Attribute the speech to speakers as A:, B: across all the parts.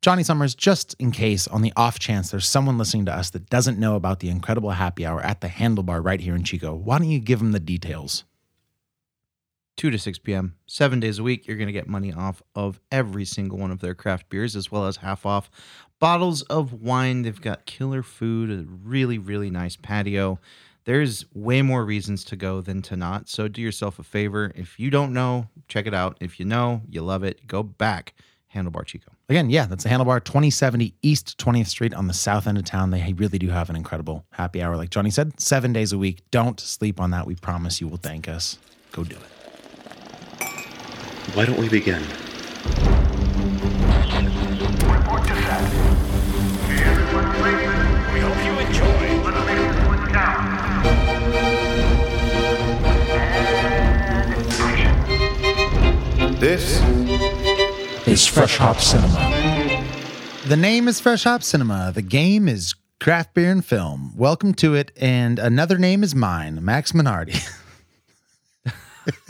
A: Johnny Summers, just in case, on the off chance there's someone listening to us that doesn't know about the incredible happy hour at the handlebar right here in Chico, why don't you give them the details?
B: 2 to 6 p.m. Seven days a week, you're going to get money off of every single one of their craft beers, as well as half off bottles of wine. They've got killer food, a really, really nice patio. There's way more reasons to go than to not. So do yourself a favor. If you don't know, check it out. If you know, you love it, go back. Handlebar Chico.
A: Again, yeah, that's the handlebar 2070 East 20th Street on the south end of town. They really do have an incredible happy hour. Like Johnny said, seven days a week. Don't sleep on that. We promise you will thank us. Go do it.
C: Why don't we begin?
D: Report to set. Everyone, please. We hope you enjoy. Let's make this one count. And action.
E: This
F: is Fresh Hop Cinema.
A: The name is Fresh Hop Cinema. The game is craft beer and film. Welcome to it. And another name is mine, Max Minardi.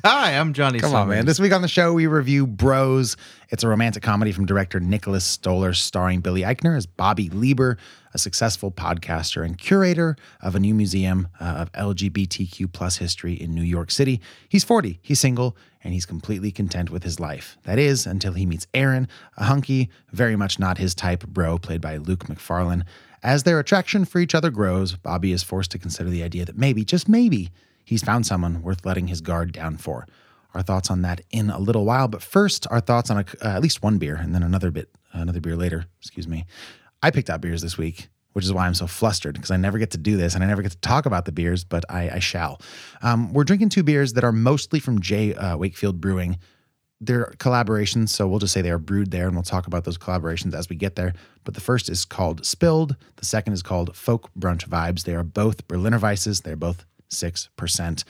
B: Hi, I'm Johnny
A: Come on, man. This week on the show, we review Bros. It's a romantic comedy from director Nicholas Stoller, starring Billy Eichner as Bobby Lieber, a successful podcaster and curator of a new museum uh, of LGBTQ plus history in New York City. He's 40, he's single, and he's completely content with his life. That is, until he meets Aaron, a hunky, very much not his type bro, played by Luke McFarlane. As their attraction for each other grows, Bobby is forced to consider the idea that maybe, just maybe, he's found someone worth letting his guard down for. Our thoughts on that in a little while, but first, our thoughts on a, uh, at least one beer and then another bit, another beer later. Excuse me. I picked out beers this week, which is why I'm so flustered because I never get to do this and I never get to talk about the beers, but I, I shall. Um, we're drinking two beers that are mostly from J. Uh, Wakefield Brewing. They're collaborations, so we'll just say they are brewed there, and we'll talk about those collaborations as we get there. But the first is called Spilled. The second is called Folk Brunch Vibes. They are both Berliner Weisses. They're both six percent.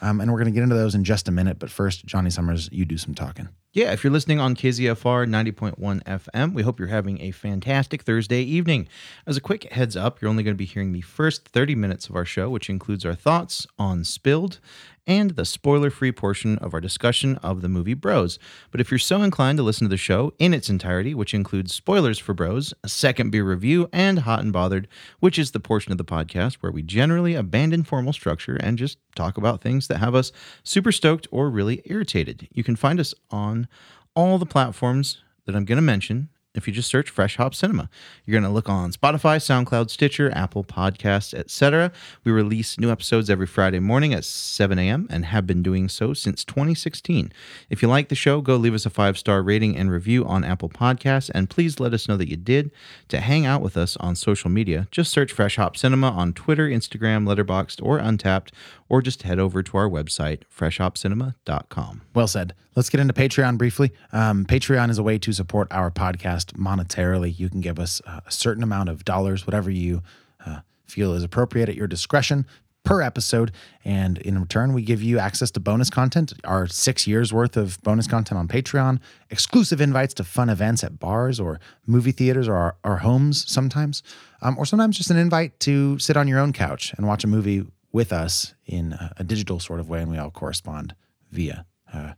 A: Um, and we're going to get into those in just a minute. But first, Johnny Summers, you do some talking.
B: Yeah, if you're listening on KZFR 90.1 FM, we hope you're having a fantastic Thursday evening. As a quick heads up, you're only going to be hearing the first 30 minutes of our show, which includes our thoughts on Spilled and the spoiler free portion of our discussion of the movie Bros. But if you're so inclined to listen to the show in its entirety, which includes spoilers for Bros, a second beer review, and Hot and Bothered, which is the portion of the podcast where we generally abandon formal structure and just talk about things that have us super stoked or really irritated, you can find us on all the platforms that I'm going to mention. If you just search Fresh Hop Cinema, you're going to look on Spotify, SoundCloud, Stitcher, Apple Podcasts, etc. We release new episodes every Friday morning at 7 a.m. and have been doing so since 2016. If you like the show, go leave us a five star rating and review on Apple Podcasts, and please let us know that you did. To hang out with us on social media, just search Fresh Hop Cinema on Twitter, Instagram, Letterboxd, or Untapped, or just head over to our website, freshhopcinema.com.
A: Well said. Let's get into Patreon briefly. Um, Patreon is a way to support our podcast monetarily. You can give us uh, a certain amount of dollars, whatever you uh, feel is appropriate at your discretion per episode. And in return, we give you access to bonus content, our six years worth of bonus content on Patreon, exclusive invites to fun events at bars or movie theaters or our, our homes sometimes, um, or sometimes just an invite to sit on your own couch and watch a movie with us in a, a digital sort of way. And we all correspond via. Uh,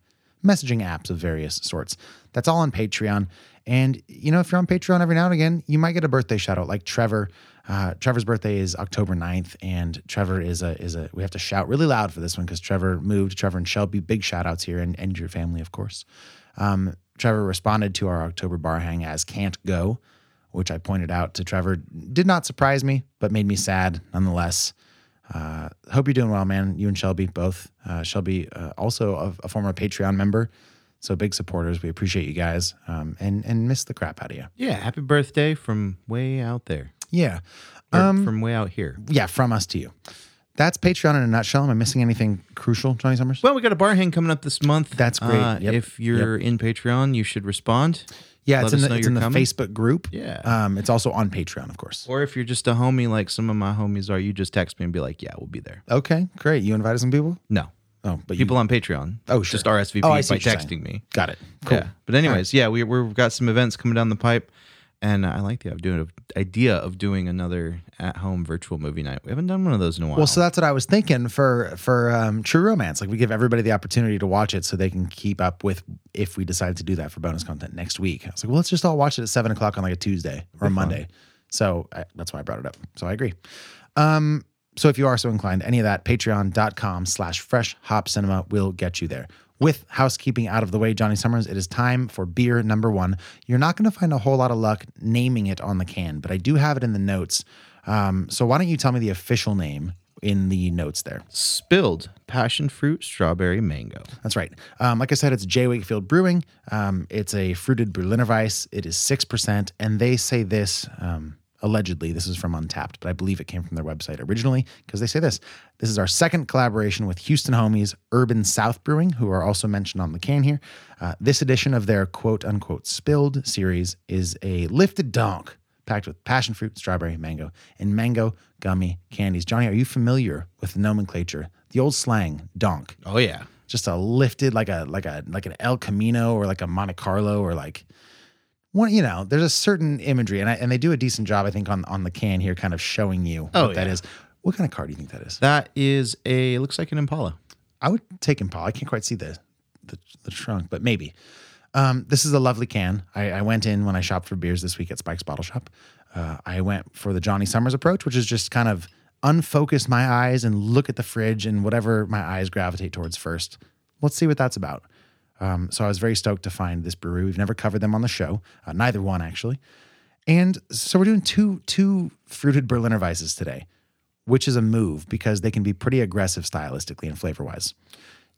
A: messaging apps of various sorts. That's all on Patreon. And you know, if you're on Patreon every now and again, you might get a birthday shout out like Trevor. Uh, Trevor's birthday is October 9th, and Trevor is a is a we have to shout really loud for this one because Trevor moved. Trevor and Shelby, big shout outs here, and, and your family, of course. Um, Trevor responded to our October bar hang as can't go, which I pointed out to Trevor. Did not surprise me, but made me sad nonetheless. Uh, hope you're doing well, man. You and Shelby both. Uh, Shelby uh, also a, a former Patreon member, so big supporters. We appreciate you guys, um, and and miss the crap out of you.
B: Yeah, happy birthday from way out there,
A: Yeah,
B: or from way out here.
A: um, yeah, from us to you. That's Patreon in a nutshell. Am I missing anything crucial, Johnny Summers?
B: Well, we got a bar hang coming up this month.
A: That's great.
B: Uh,
A: Yep.
B: If you're in Patreon, you should respond.
A: yeah,
B: let
A: it's in
B: us
A: the,
B: know
A: it's
B: you're
A: in the
B: coming.
A: Facebook group.
B: Yeah.
A: um, it's also on Patreon, of course.
B: Or if you're just a homie like some of my homies are, you just text me and be like, yeah, we'll be there.
A: Okay, great. You invited some people.
B: No.
A: Oh, but
B: People
A: You,
B: on Patreon.
A: Oh, sure.
B: Just RSVP
A: Oh, I
B: by
A: see what you're saying.
B: texting me.
A: got it. Cool.
B: Yeah. But anyways, yeah, we, we've got some events coming down the pipe. And I like the idea of, idea of doing another at home virtual movie night. We haven't done one of those in a while.
A: Well, so that's what I was thinking for for um, True Romance. Like we give everybody the opportunity to watch it so they can keep up with if we decide to do that for bonus content next week. I was like, well, let's just all watch it at seven o'clock on like a Tuesday or a Monday. So I, that's why I brought it up. So I agree. Um, so if you are so inclined, any of that, patreon.com slash fresh hop cinema will get you there. With housekeeping out of the way, Johnny Summers, it is time for beer number one. You're not going to find a whole lot of luck naming it on the can, but I do have it in the notes. Um, so why don't you tell me the official name in the notes there?
B: Spilled passion fruit, strawberry, mango.
A: That's right. Um, like I said, it's J. Wakefield Brewing. Um, it's a fruited Berliner Weiss. It is 6%. And they say this um, allegedly, this is from Untapped, but I believe it came from their website originally because they say this. This is our second collaboration with Houston homies Urban South Brewing, who are also mentioned on the can here. Uh, this edition of their quote unquote spilled series is a lifted donk packed with passion fruit, strawberry, mango, and mango gummy candies. Johnny, are you familiar with the nomenclature? The old slang, donk
B: Oh, yeah.
A: just a lifted like a like a like an El Camino or like a Monte Carlo or like one you know there's a certain imagery and I, and they do a decent job I think on on the can here kind of showing you
B: Oh,
A: what that
B: yeah.
A: is. What kind of car do you think that is?
B: That is a, looks like an Impala.
A: I would take Impala. I can't quite see the the, the trunk, but maybe. Um, this is a lovely can. I, I went in when I shopped for beers this week at Spike's Bottle Shop. Uh, I went for the Johnny Summers approach, which is just kind of unfocus my eyes and look at the fridge and whatever my eyes gravitate towards first. Let's see what that's about. Um, so I was very stoked to find this brewery. We've never covered them on the show, uh, neither one actually. And so we're doing two two fruited Berliner Weisses today which is a move because they can be pretty aggressive stylistically and flavor wise.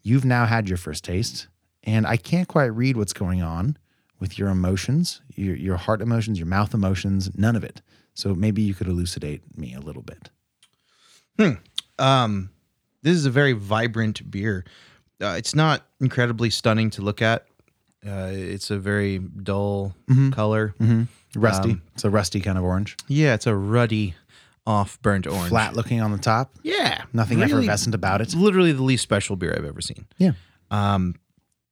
A: You've now had your first taste, and I can't quite read what's going on with your emotions, your, your heart emotions, your mouth emotions, none of it. So maybe you could elucidate me a little bit.
B: um, this is a very vibrant beer. Uh, it's not incredibly stunning to look at. Uh, it's a very dull
A: Mm-hmm.
B: color.
A: Rusty.
B: Um,
A: it's a rusty kind of orange,
B: Yeah, it's a ruddy, off burnt orange.
A: flat looking on the top,
B: Yeah,
A: nothing
B: really-
A: effervescent about it.
B: It's literally the least special beer I've ever seen.
A: Yeah.
B: Um,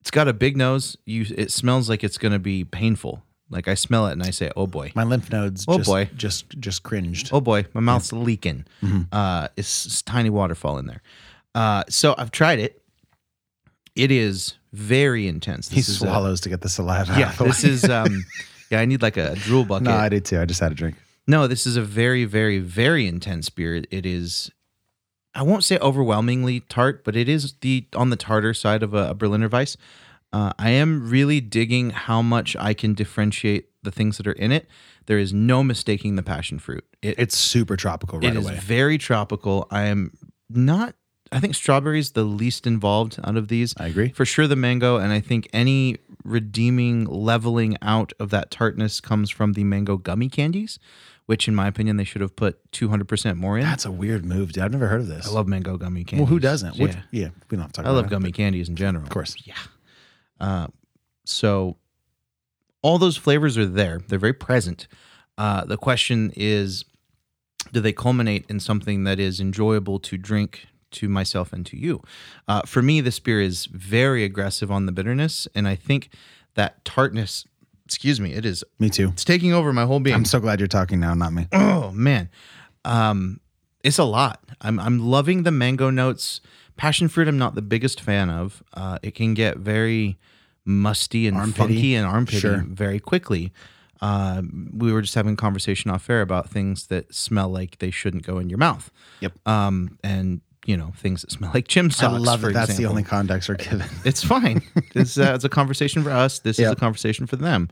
B: it's got a big nose. You, it smells like it's gonna be painful. Like I smell it and I say, "Oh boy,
A: My lymph nodes
B: Oh,
A: just,
B: boy.
A: just just cringed.
B: oh boy, my mouth's leaking.
A: Mm-hmm.
B: Uh, it's, it's tiny waterfall in there. Uh, so I've tried it. It is very intense.
A: he
B: This is a-
A: swallows to get the saliva. out
B: yeah,
A: of the
B: this
A: way.
B: is um yeah, I need like a drool bucket.
A: No, I did too. I just had a drink.
B: No, this is a very, very, very intense beer. It is I won't say overwhelmingly tart, but it is the on the tartar side of a, a Berliner Weiss. Uh, I am really digging how much I can differentiate the things that are in it. There is no mistaking the passion fruit. It,
A: It's super tropical right
B: it is
A: away.
B: very tropical. I am not. I think strawberries the least involved out of these.
A: I agree.
B: for sure. The mango, and I think any redeeming leveling out of that tartness comes from the mango gummy candies, which in my opinion they should have put two hundred percent more in.
A: That's a weird move, dude. I've never heard of this.
B: I love mango gummy candies.
A: Well, who doesn't?
B: Yeah,
A: Which, yeah. we don't have to talk
B: I
A: about
B: love
A: it.
B: gummy candies in general.
A: Of course.
B: Yeah. Uh, so all those flavors are there. They're very present. Uh, the question is, do they culminate in something that is enjoyable to drink to myself and to you? Uh, for me, this beer is very aggressive on the bitterness, and I think that tartness. Excuse me. It is.
A: Me too.
B: It's taking over my whole being.
A: I'm so glad you're talking now, not me.
B: Oh man, um, it's a lot. I'm I'm loving the mango notes. Passion fruit, I'm not the biggest fan of. Uh, it can get very musty and
A: Armpity.
B: funky and armpity
A: Sure.
B: very quickly. Uh, we were just having a conversation off air about things that smell like they shouldn't go in your mouth.
A: Yep.
B: Um, and you know things that smell like chim
A: I
B: socks.
A: love
B: for
A: that. That's the
B: example.
A: only context we're given.
B: It's fine. this uh, is a conversation for us. This is
A: Yeah.
B: a conversation for them.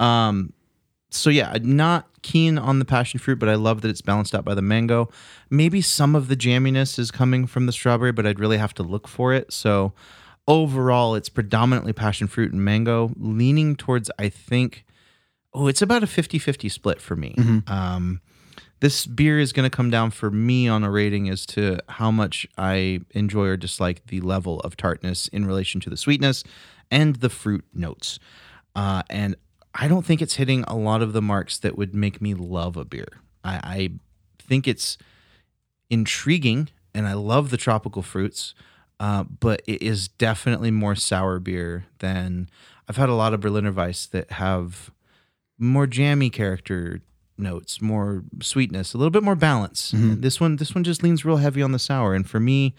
B: Um, so yeah, I'm not keen on the passion fruit, but I love that it's balanced out by the mango. Maybe some of the jamminess is coming from the strawberry, but I'd really have to look for it. So overall, it's predominantly passion fruit and mango, leaning towards I think. Oh, it's about a 50-50 split for me. Um, this beer is going to come down for me on a rating as to how much I enjoy or dislike the level of tartness in relation to the sweetness and the fruit notes. Uh, and I don't think it's hitting a lot of the marks that would make me love a beer. I, I think it's intriguing and I love the tropical fruits, uh, but it is definitely more sour beer than I've had a lot of Berliner Weiss that have more jammy character notes, more sweetness, a little bit more balance.
A: Mm-hmm.
B: This one, this one just leans real heavy on the sour, and for me,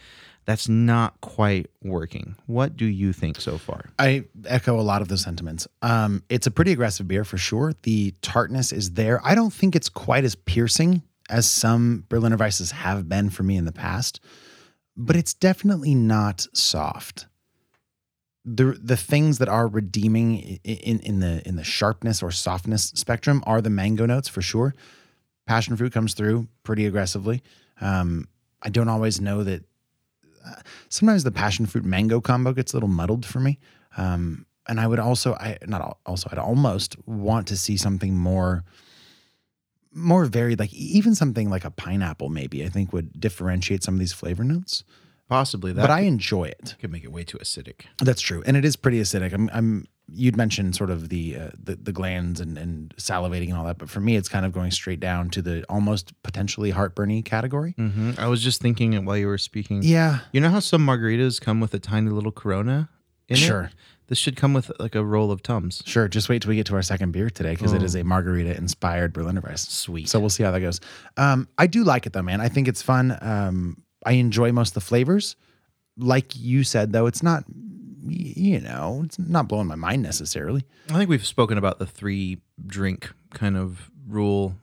B: that's not quite working. What do you think so far?
A: I echo a lot of those sentiments. Um, it's a pretty aggressive beer for sure. The tartness is there. I don't think it's quite as piercing as some Berliner Weisses have been for me in the past, but it's definitely not soft. The the things that are redeeming i- in in the in the sharpness or softness spectrum are the mango notes for sure. Passion fruit comes through pretty aggressively. Um, I don't always know that sometimes the passion fruit mango combo gets a little muddled for me. Um, and I would also, I not al- also, I'd almost want to see something more, more varied, like e- even something like a pineapple. Maybe I think would differentiate some of these flavor notes.
B: Possibly that,
A: but I enjoy it.
B: could make it way too acidic.
A: That's true, and it is pretty acidic. I'm, I'm you'd mentioned sort of the, uh, the the glands and and salivating and all that, but for me, it's kind of going straight down to the almost potentially heartburny category.
B: hmm I was just thinking it while you were speaking.
A: Mm-hmm. Yeah,
B: You know how some margaritas come with a tiny little Corona in it?
A: Sure.
B: This should come with like a roll of Tums.
A: Sure. Just wait till we get to our second beer today because it is a margarita inspired Berliner Weiss.
B: Oh. Sweet.
A: So we'll see how that goes. Um, I do like it though, man. I think it's fun. Um, I enjoy most of the flavors. Like you said, though, it's not, y- you know, it's not blowing my mind necessarily.
B: I think we've spoken about the three drink kind of rule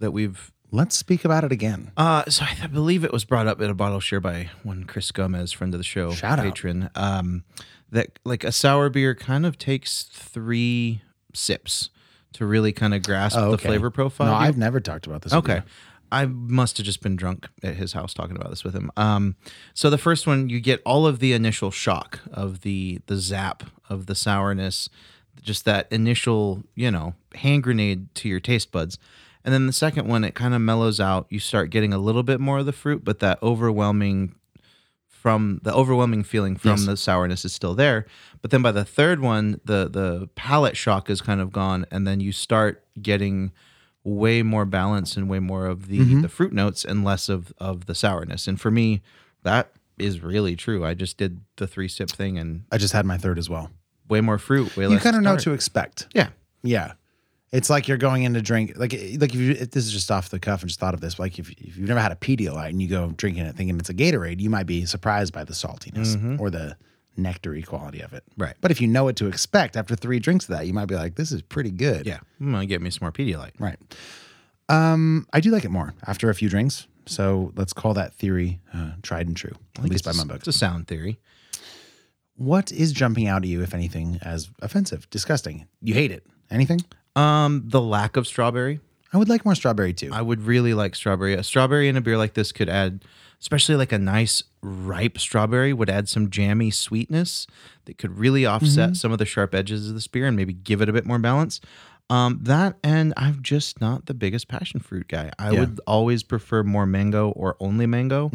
B: that we've.
A: Let's speak about it again.
B: Uh, so I th- believe it was brought up at a bottle share by one Chris Gomez, friend of the show,
A: Shout out.
B: patron. Um, that like a sour beer kind of takes three sips to really kind of grasp the
A: Oh, okay.
B: flavor profile.
A: No,
B: Do you-
A: I've never talked about this. with
B: Okay. I must have just been drunk at his house talking about this with him. Um, so the first one, you get all of the initial shock of the the zap of the sourness, just that initial, you know, hand grenade to your taste buds. And then the second one, it kind of mellows out. You start getting a little bit more of the fruit, but that overwhelming from the overwhelming feeling from the sourness is still there. But then by the third one, the the palate shock is kind of gone, and then you start getting way more balance and way more of the
A: Mm-hmm.
B: the fruit notes and less of of the sourness. And for me, that is really true. I just did the three sip thing and
A: I just had my third as well.
B: way more fruit. Way
A: You
B: less
A: kind of know what
B: tart.
A: to expect.
B: Yeah.
A: Yeah. It's like you're going in to drink like like if you if this is just off the cuff and just thought of this like if, if you've never had a Pedialyte and you go drinking it thinking it's a Gatorade you might be surprised by the saltiness or the nectary quality of it
B: Mm-hmm. Right.
A: but if you know what to expect after three drinks of that you might be like this is pretty good
B: Yeah. I'm gonna get me some more Pedialyte.
A: right um I do like it more after a few drinks so let's call that theory uh, tried and true at least by
B: It's-
A: my book
B: It's a sound theory.
A: what is jumping out at you if anything as offensive disgusting you hate it anything
B: Um, the lack of strawberry.
A: I would like more strawberry too
B: I would really like strawberry. A strawberry in a beer like this could add, especially like a nice ripe strawberry, would add some jammy sweetness that could really offset some of the sharp edges of this beer and maybe give it a bit more balance. Um, that and I'm just not the biggest passion fruit guy. I
A: Yeah.
B: would always prefer more mango or only mango.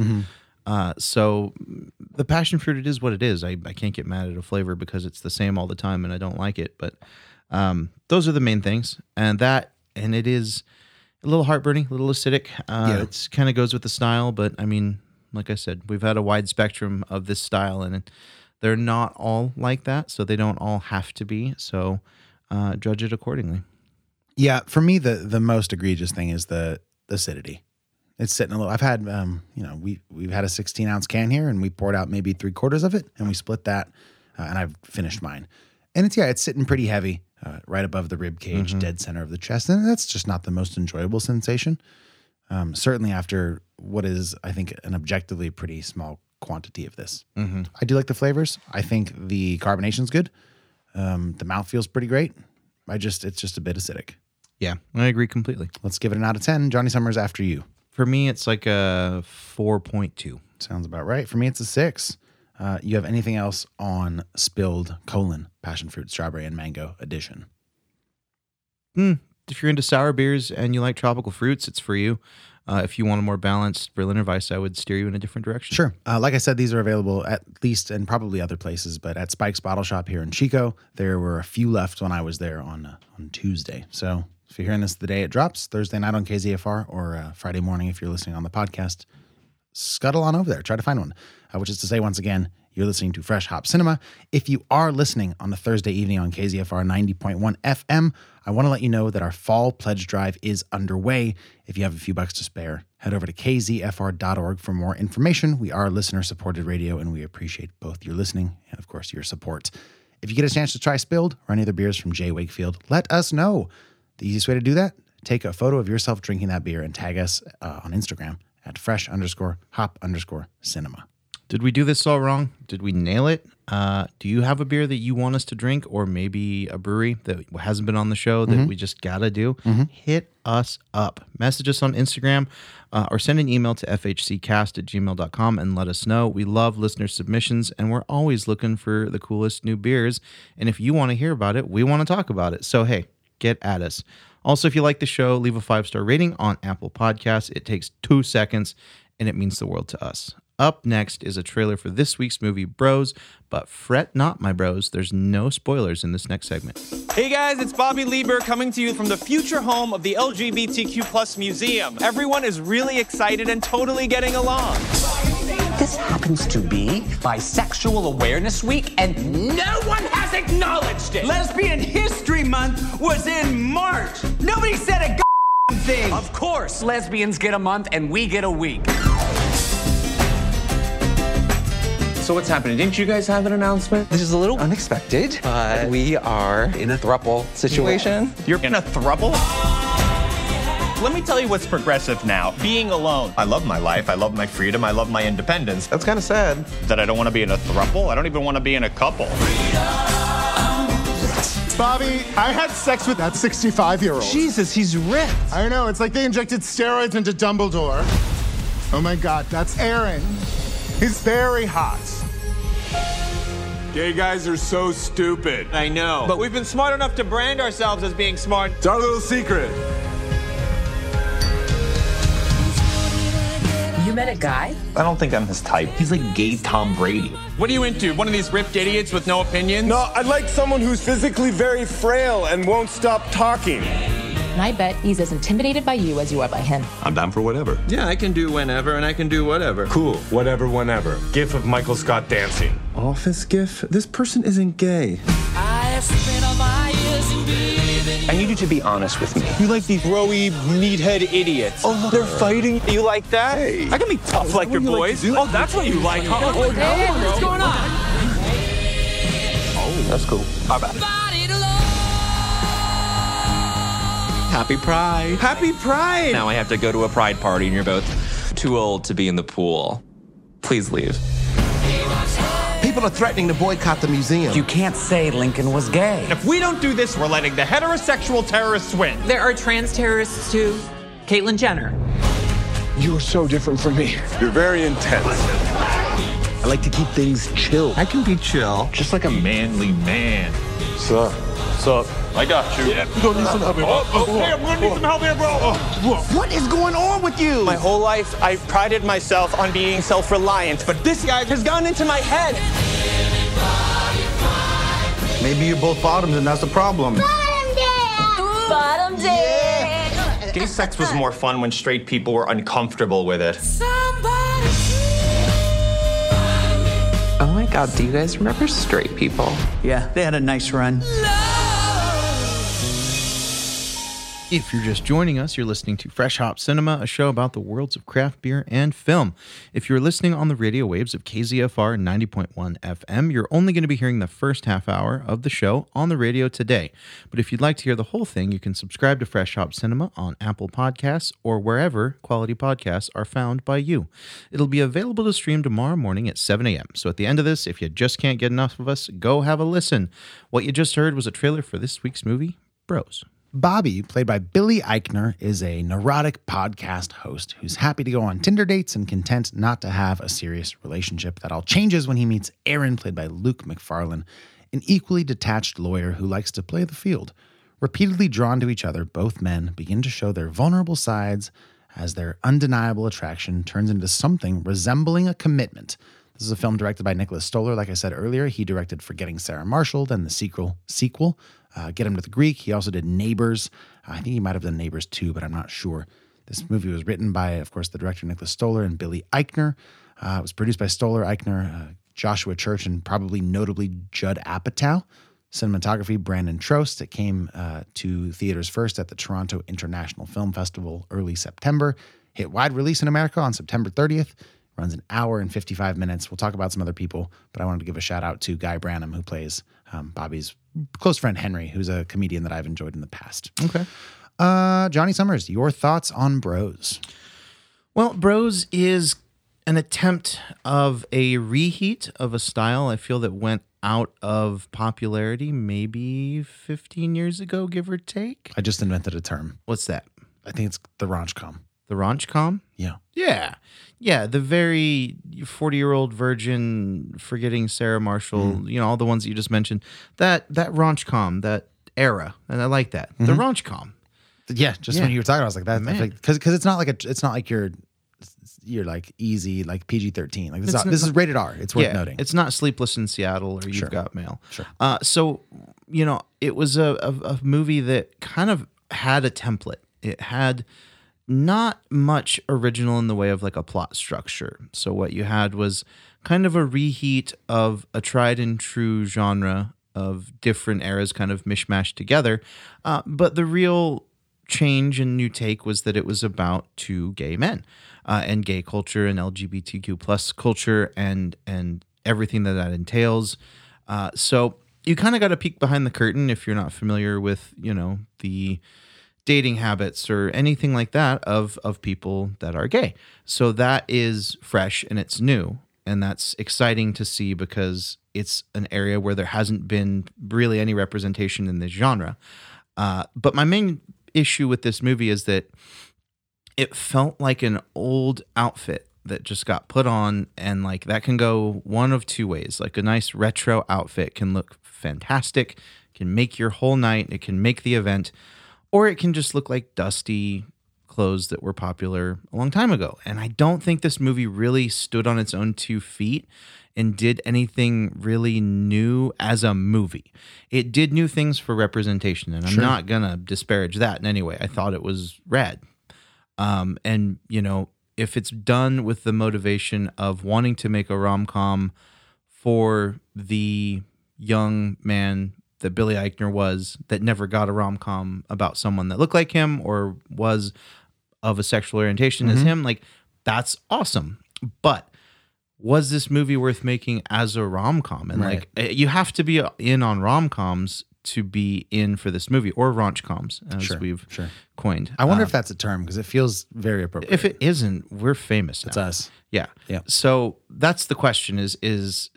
B: Uh, so the passion fruit, it is what it is. I, I can't get mad at a flavor because it's the same all the time and I don't like it. But um, those are the main things. And that, and it is a little heartburning, a little acidic. Uh,
A: Yeah.
B: It's kind of goes with the style, but I mean, like I said, we've had a wide spectrum of this style and they're not all like that. So they don't all have to be. So uh, judge it accordingly.
A: Yeah, for me the the most egregious thing is the the acidity. It's sitting a little. I've had um, you know, we we've had a 16 ounce can here, and we poured out maybe three quarters of it, and we split that, uh, and I've finished mine. And it's yeah, it's sitting pretty heavy, uh, right above the rib cage, dead center of the chest, and that's just not the most enjoyable sensation. Um, certainly after what is, I think, an objectively pretty small quantity of this. I do like the flavors. I think the carbonation's good. Um, the mouth feels pretty great. I just it's just a bit acidic.
B: Yeah, I agree completely.
A: Let's give it an out of 10. Johnny Summers after you.
B: For me, it's like a 4.2.
A: Sounds about right. For me, it's a six. Uh, you have anything else on spilled colon, passion fruit, strawberry, and mango edition?
B: Mm, if you're into sour beers and you like tropical fruits, it's for you. Uh, if you want a more balanced Berliner Weiss, I would steer you in a different direction.
A: Sure. Uh, like I said, these are available at least and probably other places, but at Spike's Bottle Shop here in Chico, there were a few left when I was there on uh, on Tuesday. So if you're hearing this the day it drops, Thursday night on KZFR or uh, Friday morning if you're listening on the podcast, scuttle on over there. Try to find one, uh, which is to say, once again, You're listening to Fresh Hop Cinema. If you are listening on a Thursday evening on KZFR 90.1 FM, I want to let you know that our fall pledge drive is underway. If you have a few bucks to spare, head over to kzfr.org for more information. We are listener supported radio and we appreciate both your listening and, of course, your support. If you get a chance to try Spilled or any other beers from Jay Wakefield, let us know. The easiest way to do that, take a photo of yourself drinking that beer and tag us uh, on Instagram at fresh underscore hop underscore cinema.
B: Did we do this all wrong? Did we nail it? Uh, do you have a beer that you want us to drink, or maybe a brewery that hasn't been on the show that we just gotta do? Hit us up. Message us on Instagram uh, or send an email to fhccast at gmail.com and let us know. We love listener submissions and we're always looking for the coolest new beers. And if you wanna hear about it, we wanna talk about it. So, hey, get at us. Also, if you like the show, leave a five star rating on Apple Podcasts. It takes two seconds and it means the world to us. Up next is a trailer for this week's movie, Bros, but fret not, my bros. There's no spoilers in this next segment.
G: Hey guys, it's Bobby Lieber coming to you from the future home of the LGBTQ plus museum. Everyone is really excited and totally getting along.
H: This happens to be Bisexual Awareness Week, and no one has acknowledged it.
I: Lesbian History Month was in March. Nobody said a goddamn thing.
H: Of course, lesbians get a month and we get a week.
J: So what's happening? Didn't you guys have an announcement?
K: This is a little unexpected, but we are in a thruple situation.
J: You're in a thruple?
G: Let me tell you what's progressive now being alone.
J: I love my life. I love my freedom. I love my independence.
K: That's kind of sad.
J: That I don't want to be in a thruple. I don't even want to be in a couple.
L: Bobby, I had sex with that 65 year old.
K: Jesus, he's ripped.
L: I know. It's like they injected steroids into Dumbledore. Oh my God, that's Aaron. He's very hot.
M: Gay guys are so stupid.
G: I know. But we've been smart enough to brand ourselves as being smart.
M: It's our little secret.
N: You met a guy?
J: I don't think I'm his type. He's like gay Tom Brady.
G: What are you into? One of these ripped idiots with no opinions?
M: No, I'd like someone who's physically very frail and won't stop talking.
N: And I bet he's as intimidated by you as you are by him.
J: I'm down for whatever.
G: Yeah, I can do whenever and I can do whatever.
M: Cool. Whatever, whenever. GIF of Michael Scott dancing.
J: Office GIF? This person isn't gay.
N: Oh,
K: I need you to be honest with me.
G: You like these rowy, meathead idiots.
K: Oh, they're fighting.
G: You like that?
K: Hey.
G: I can be tough like your boys. oh, that's what you like, huh?
N: Oh, hey, what's going on?
K: Oh, that's cool. How about it? Happy Pride.
G: Happy Pride!
K: Now I have to go to a Pride party, and you're both too old to be in the pool. Please leave.
O: People are threatening to boycott the museum.
H: You can't say Lincoln was gay.
G: If we don't do this, we're letting the heterosexual terrorists win.
P: There are trans terrorists too. Caitlyn Jenner.
O: You are so different from me.
M: You're very intense.
O: I like to keep things chill.
K: I can be chill.
J: Just like a manly man.
M: Sup? Sup? I got you.
O: You don't need some help here, bro.
M: Oh, okay, I'm gonna need some help here, bro.
O: What is going on with you?
G: Oh, My whole life, I've prided myself on being self reliant, but this guy has gone into my head.
M: oh.
O: Maybe you're both bottoms, and that's the problem.
N: Bottom dick.
J: Gay sex was more fun when straight people were uncomfortable with it.
K: Oh my god, do you guys remember straight people?
I: Yeah, they had a nice run.
B: If you're just joining us, you're listening to Fresh Hop Cinema, a show about the worlds of craft beer and film. If you're listening on the radio waves of KZFR 90.1 FM, you're only going to be hearing the first half hour of the show on the radio today. But if you'd like to hear the whole thing, you can subscribe to Fresh Hop Cinema on Apple Podcasts or wherever quality podcasts are found by you. It'll be available to stream tomorrow morning at 7 a.m. So at the end of this, if you just can't get enough of us, go have a listen. What you just heard was a trailer for this week's movie, Bros.
A: Bobby, played by Billy Eichner, is a neurotic podcast host who's happy to go on Tinder dates and content not to have a serious relationship. That all changes when he meets Aaron, played by Luke McFarlane, an equally detached lawyer who likes to play the field. Repeatedly drawn to each other, both men begin to show their vulnerable sides as their undeniable attraction turns into something resembling a commitment. This is a film directed by Nicholas Stoller. Like I said earlier, he directed Forgetting Sarah Marshall, then the sequel, sequel, uh, Get Him to the Greek. He also did Neighbors. Uh, I think he might have done Neighbors too, but I'm not sure. This movie was written by, of course, the director Nicholas Stoller and Billy Eichner. Uh, it was produced by Stoller, Eichner, uh, Joshua Church, and probably notably Judd Apatow. Cinematography, Brandon Trost. It came uh, to theaters first at the Toronto International Film Festival early September. Hit wide release in America on September 30th. Runs an hour and 55 minutes. We'll talk about some other people, but I wanted to give a shout out to Guy Branum, who plays um, Bobby's close friend Henry, who's a comedian that I've enjoyed in the past.
B: Okay.
A: Uh, Johnny Summers, your thoughts on Bros?
B: Well, Bros is an attempt of a reheat of a style I feel that went out of popularity maybe 15 years ago, give or take.
A: I just invented a term.
B: What's that?
A: I think it's the Ronchcom.
B: The Ronchcom?
A: Yeah.
B: Yeah. Yeah. The very 40 year old virgin, forgetting Sarah Marshall, mm. you know, all the ones that you just mentioned. That, that Ronchcom, that era. And I like that. Mm-hmm. The Ronchcom.
A: Yeah. Just yeah. when you were talking, I was like, that, because because it's not like a, it's not like you're, you're like easy, like PG thirteen. Like this, is, this is rated R. It's worth yeah, noting.
B: It's not Sleepless in Seattle or You've
A: sure.
B: Got Mail.
A: Sure.
B: Uh, so you know, it was a, a, a movie that kind of had a template. It had not much original in the way of like a plot structure. So what you had was kind of a reheat of a tried and true genre of different eras, kind of mishmashed together. Uh, but the real change and new take was that it was about two gay men uh, and gay culture and LGBTQ plus culture and and everything that that entails. Uh, so you kind of got to peek behind the curtain if you're not familiar with you know the dating habits or anything like that of of people that are gay. So that is fresh and it's new and that's exciting to see because it's an area where there hasn't been really any representation in this genre. Uh, but my main issue with this movie is that it felt like an old outfit that just got put on and like that can go one of two ways like a nice retro outfit can look fantastic can make your whole night it can make the event or it can just look like dusty clothes that were popular a long time ago and i don't think this movie really stood on its own two feet and did anything really new as a movie. It did new things for representation, and I'm sure. not gonna disparage that in any way. I thought it was rad. Um, and you know, if it's done with the motivation of wanting to make a rom com for the young man that Billy Eichner was, that never got a rom com about someone that looked like him or was of a sexual orientation mm-hmm. as him, like that's awesome. But was this movie worth making as a rom com? And
A: right.
B: like, you have to be in on rom coms to be in for this movie or raunch coms as
A: sure,
B: we've
A: sure.
B: coined.
A: I wonder um, if that's a term because it feels very appropriate.
B: If it isn't, we're famous. Now.
A: It's us.
B: Yeah.
A: Yeah.
B: So that's the question: is is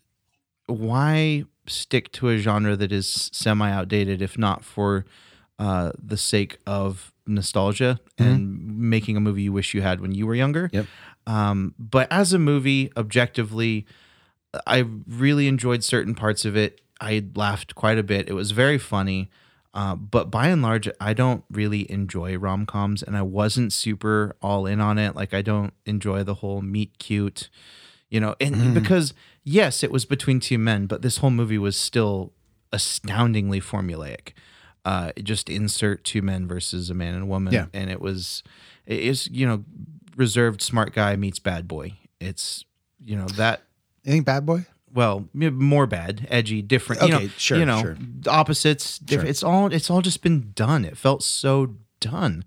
B: why stick to a genre that is semi outdated if not for uh, the sake of nostalgia mm-hmm. and making a movie you wish you had when you were younger?
A: Yep.
B: Um, but as a movie, objectively, I really enjoyed certain parts of it. I laughed quite a bit. It was very funny. Uh, but by and large, I don't really enjoy rom coms, and I wasn't super all in on it. Like, I don't enjoy the whole meet cute, you know, and mm. because, yes, it was between two men, but this whole movie was still astoundingly formulaic. Uh, just insert two men versus a man and a woman.
A: Yeah.
B: And it was, it is, you know, reserved smart guy meets bad boy. It's you know that.
A: You think bad boy?
B: Well, more bad, edgy, different. You
A: okay,
B: know,
A: sure.
B: You know,
A: sure.
B: opposites. Different. Sure. It's all. It's all just been done. It felt so done.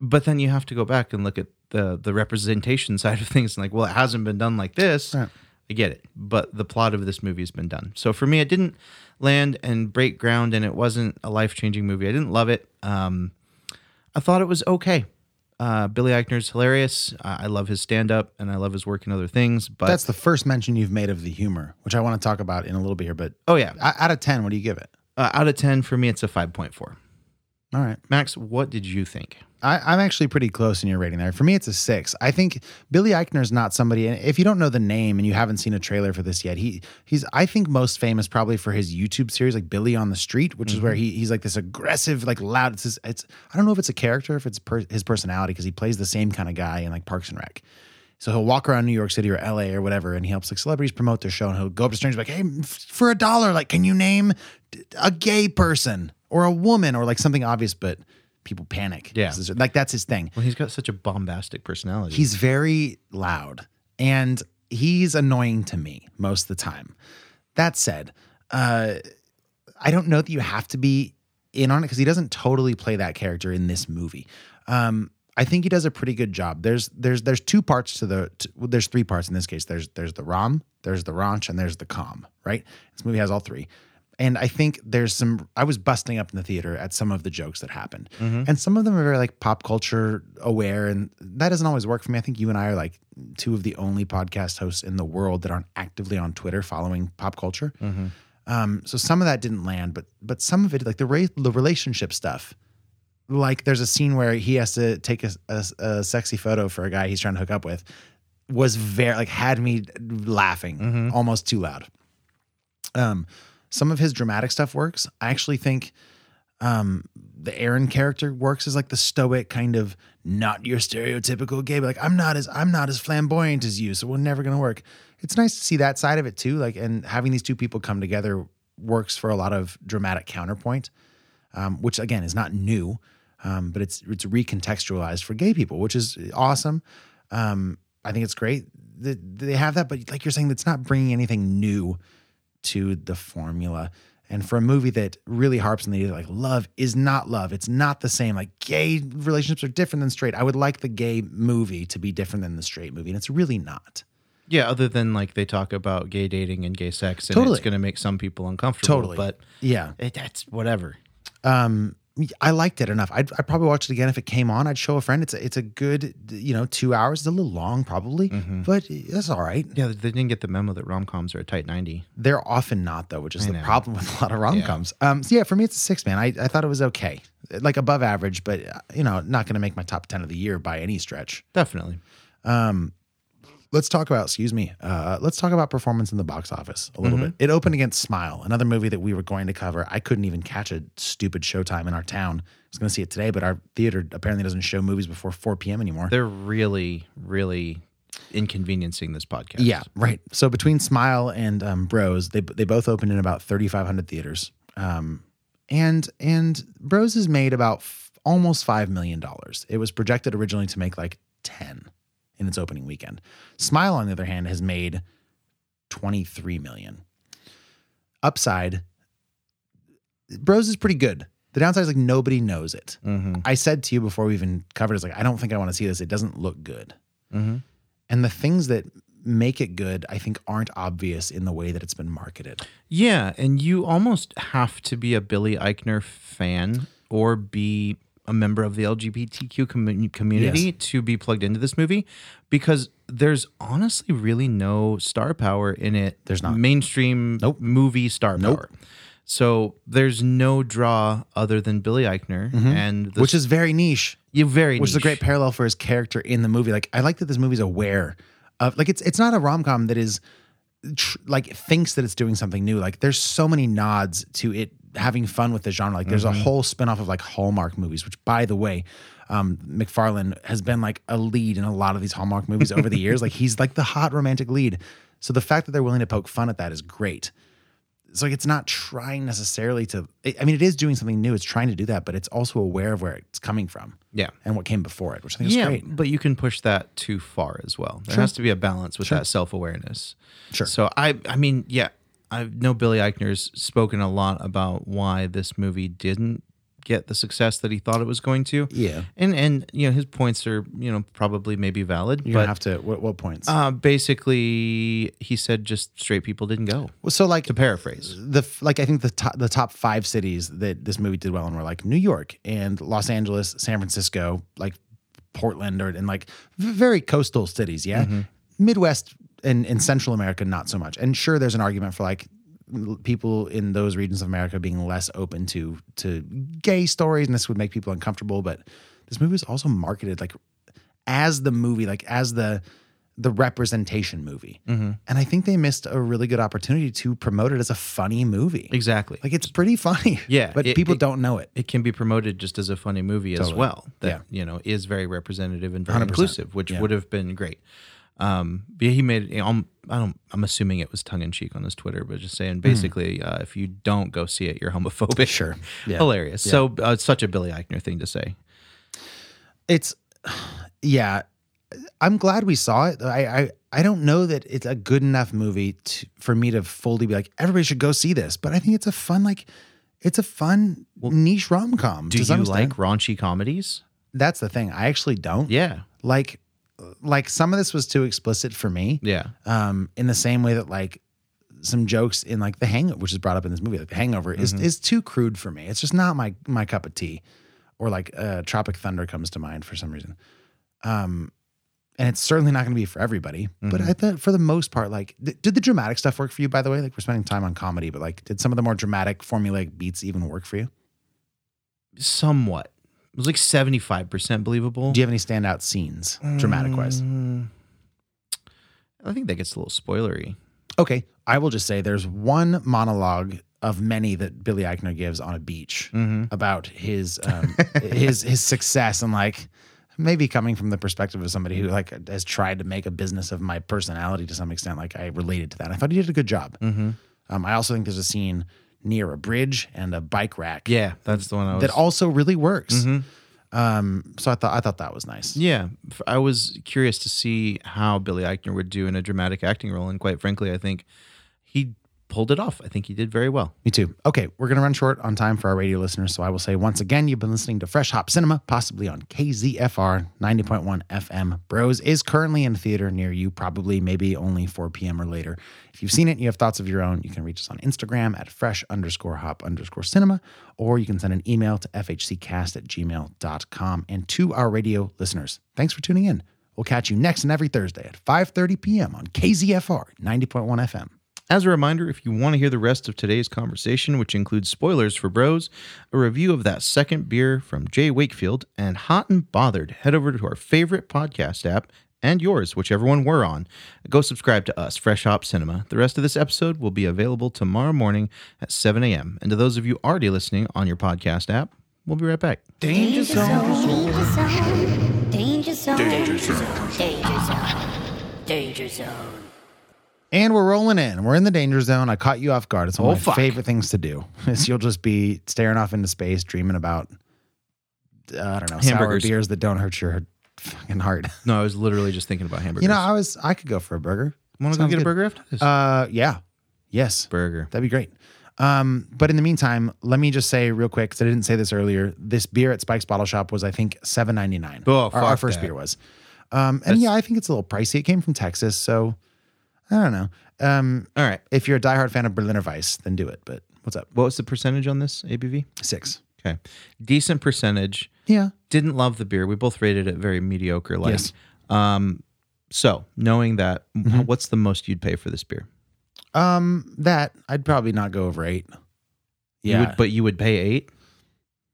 B: But then you have to go back and look at the the representation side of things, and like, well, it hasn't been done like this.
A: Right.
B: I get it, but the plot of this movie has been done. So for me, it didn't land and break ground, and it wasn't a life changing movie. I didn't love it. Um, I thought it was okay. Uh, Billy Eichner's hilarious. Uh, I love his stand up and I love his work in other things. But
A: that's the first mention you've made of the humor, which I want to talk about in a little bit here. But
B: oh yeah,
A: out of ten, what do you give it?
B: Uh, out of ten, for me, it's a five point four.
A: All right,
B: Max, what did you think?
A: I, am actually pretty close in your rating there. For me, it's a six. I think Billy Eichner is not somebody. And if you don't know the name and you haven't seen a trailer for this yet, he he's I think most famous probably for his YouTube series like Billy on the Street, which mm-hmm. is where he he's like this aggressive, like loud. It's, his, it's I don't know if it's a character, if it's per, his personality, because he plays the same kind of guy in like Parks and Rec. So he'll walk around New York City or LA or whatever, and he helps like celebrities promote their show. And he'll go up to strangers like, "Hey, for a dollar, like, can you name a gay person or a woman or like something obvious?" But people panic.
B: Yeah.
A: Like that's his thing.
B: Well, he's got such a bombastic personality.
A: He's very loud. And he's annoying to me most of the time. That said, uh, I don't know that you have to be in on it because he doesn't totally play that character in this movie. Um, I think he does a pretty good job. There's there's there's two parts to the to, well, there's three parts in this case. There's there's the rom, there's the ranch, and there's the com. Right? This movie has all three. And I think there's some. I was busting up in the theater at some of the jokes that happened,
B: Mhm.
A: and some of them are very like pop culture aware, and that doesn't always work for me. I think you and I are like two of the only podcast hosts in the world that aren't actively on Twitter following pop culture.
B: Mm-hmm.
A: Um, so some of that didn't land, but but some of it, like the ra- the relationship stuff, like there's a scene where he has to take a, a, a sexy photo for a guy he's trying to hook up with, was very like had me laughing almost too loud. Um, some of his dramatic stuff works. I actually think um the Aaron character works as like the stoic kind of not your stereotypical gay, but like I'm not as I'm not as flamboyant as you, so we're never gonna work. It's nice to see that side of it too. Like and having these two people come together works for a lot of dramatic counterpoint, um, which again is not new, um, but it's it's recontextualized for gay people, which is awesome. Um, I think it's great that they have that, but like you're saying, that's not bringing anything new to the formula. And for a movie that really harps on the idea that, like love is not love, it's not the same. Like gay relationships are different than straight. I would like the gay movie to be different than the straight movie, and it's really not.
B: Yeah, other than like they talk about gay dating and gay sex, and
A: Totally.
B: it's going to make some people uncomfortable.
A: Totally.
B: but
A: Yeah,
B: it, that's whatever.
A: um, I liked it enough. I'd, I'd probably watch it again if it came on. I'd show a friend. It's a, it's a good you know two hours. It's a little long probably, but that's all right.
B: Yeah, they didn't get the memo that rom coms are a tight ninety.
A: They're often not though, which is the
B: I know.
A: problem with a lot of rom coms. Um, so yeah, for me it's a six man. I, I thought it was okay, like above average, but uh, you know not going to make my top ten of the year by any stretch.
B: Definitely.
A: Um, let's talk about excuse me. Uh, let's talk about performance in the box office a little
B: Mhm.
A: bit. It opened against Smile, another movie that we were going to cover. I couldn't even catch a stupid showtime in our town. I was going to see it today, but our theater apparently doesn't show movies before 4 p.m. anymore.
B: They're really, really inconveniencing this podcast.
A: Yeah, right. So between Smile and um, Bros, they they both opened in about 3,500 theaters. Um, and and Bros has made about f- almost five million dollars. It was projected originally to make like 10 in its opening weekend. Smile, on the other hand, has made 23 million. Upside, Bros is pretty good. The downside is like nobody knows it. I said to you before we even covered, it's like I don't think I want to see this. It doesn't look good
B: Mm-hmm.
A: and the things that make it good i think aren't obvious in the way that it's been marketed
B: Yeah, and you almost have to be a Billy Eichner fan or be a member of the LGBTQ commu- community
A: Yes.
B: to be plugged into this movie because there's honestly really no star power in it. There's not mainstream movie star power. So there's no draw other than Billy Eichner and
A: Mm-hmm. which is very niche
B: you very
A: which is a
B: niche.
A: great parallel for his character in the movie like i like that this movie's aware of like it's it's not a rom-com that is tr- like thinks that it's doing something new like there's so many nods to it having fun with the genre like there's
B: Mhm.
A: a whole spin-off of like hallmark movies which by the way um, mcfarlane has been like a lead in a lot of these hallmark movies over the years like he's like the hot romantic lead so the fact that they're willing to poke fun at that is great so like it's not trying necessarily to i I mean it is doing something new it's trying to do that but it's also aware of where it's coming from
B: Yeah.
A: and what came before it which i think is great
B: But you can push that too far as well. There
A: Sure.
B: has to be a balance with
A: Sure.
B: that self awareness.
A: Sure.
B: So I I mean, yeah, I know Billy Eichner's spoken a lot about why this movie didn't get the success that he thought it was going to.
A: Yeah.
B: And and you know, his points are, you know, probably maybe valid.
A: you
B: but
A: have to what, what points
B: uh basically he said just straight people didn't go.
A: Well, so like
B: to paraphrase.
A: the f- like i think the top, the top 5 cities that this movie did well in were like new york and los angeles san francisco like portland or and like v- very coastal cities yeah
B: Mm-hmm.
A: midwest and, and central america not so much and sure there's an argument for like l- people in those regions of america being less open to to gay stories and this would make people uncomfortable but this movie was also marketed like as the movie like as the the representation movie
B: Mhm.
A: and I think they missed a really good opportunity to promote it as a funny movie.
B: Exactly.
A: Like it's pretty funny.
B: Yeah,
A: But
B: it-
A: people
B: it-
A: don't know it.
B: It can be promoted just as a funny movie as
A: Totally.
B: well. That
A: Yeah.
B: you know is very representative and very
A: 100%.
B: inclusive, which
A: Yeah.
B: would have been great. Um, but he made. I'm, I don't. I'm assuming it was tongue in cheek on his Twitter, but just saying basically, uh, if you don't go see it, you're homophobic. Sure.
A: Yeah.
B: Hilarious.
A: Yeah.
B: So uh, it's such a Billy Eichner thing to say.
A: It's yeah. I'm glad we saw it. I, I I don't know that it's a good enough movie to, for me to fully be like everybody should go see this, but I think it's a fun like it's a fun well, niche rom com.
B: Do you extent. like raunchy comedies?
A: That's the thing. I actually don't.
B: Yeah,
A: like like some of this was too explicit for me.
B: Yeah.
A: Um, in the same way that like some jokes in like The Hangover, which is brought up in this movie, like The Hangover, mm-hmm. is is too crude for me. It's just not my my cup of tea. Or like uh, Tropic Thunder comes to mind for some reason. Um, and it's certainly not going to be for everybody. Mm-hmm. But I thought for the most part, like, th- did the dramatic stuff work for you? By the way, like we're spending time on comedy, but like, did some of the more dramatic formulaic beats even work for you?
B: Somewhat. It was like seventy five percent believable.
A: Do you have any standout scenes, dramatic wise? Mm,
B: I think that gets a little spoilery.
A: Okay, I will just say there's one monologue of many that Billy Eichner gives on a beach
B: mm-hmm.
A: about his um, his his success and like maybe coming from the perspective of somebody who like has tried to make a business of my personality to some extent like i related to that i thought he did a good job
B: mm-hmm.
A: um, i also think there's a scene near a bridge and a bike rack
B: yeah that's the one I was...
A: that also really works
B: mm-hmm.
A: um, so i thought i thought that was nice
B: yeah i was curious to see how billy eichner would do in a dramatic acting role and quite frankly i think he pulled it off. I think he did very well.
A: Me too. Okay, we're going to run short on time for our radio listeners. So I will say once again, you've been listening to Fresh Hop Cinema, possibly on KZFR 90.1 FM. Bros is currently in theater near you, probably maybe only 4 p.m. or later. If you've seen it and you have thoughts of your own, you can reach us on Instagram at fresh underscore hop underscore cinema, or you can send an email to fhccast at gmail.com. And to our radio listeners, thanks for tuning in. We'll catch you next and every Thursday at 5.30 p.m. on KZFR 90.1 FM.
B: As a reminder, if you want to hear the rest of today's conversation, which includes spoilers for bros, a review of that second beer from Jay Wakefield, and Hot and Bothered, head over to our favorite podcast app and yours, whichever one we're on. Go subscribe to us, Fresh Hop Cinema. The rest of this episode will be available tomorrow morning at 7 a.m. And to those of you already listening on your podcast app, we'll be right back.
Q: Danger zone. Danger zone. Danger zone. Danger zone. Danger zone.
A: And we're rolling in. We're in the danger zone. I caught you off guard. It's one of oh, my fuck. favorite things to do. Is you'll just be staring off into space, dreaming about uh, I don't know sour beers that don't hurt your fucking heart.
B: No, I was literally just thinking about hamburgers.
A: You know, I was I could go for a burger.
B: Want to go get good. a burger after this?
A: Uh, yeah, yes,
B: burger.
A: That'd be great. Um, but in the meantime, let me just say real quick because I didn't say this earlier. This beer at Spike's Bottle Shop was I think seven ninety nine.
B: Oh, fuck
A: our, our first
B: that.
A: beer was. Um, and That's, yeah, I think it's a little pricey. It came from Texas, so. I don't know. Um,
B: All right.
A: If you're a diehard fan of Berliner Weiss, then do it. But what's up?
B: What was the percentage on this ABV?
A: Six.
B: Okay. Decent percentage.
A: Yeah.
B: Didn't love the beer. We both rated it very mediocre. Like,
A: yes.
B: um, so knowing that, mm-hmm. what's the most you'd pay for this beer?
A: Um, that I'd probably not go over eight.
B: Yeah. You would, but you would pay eight.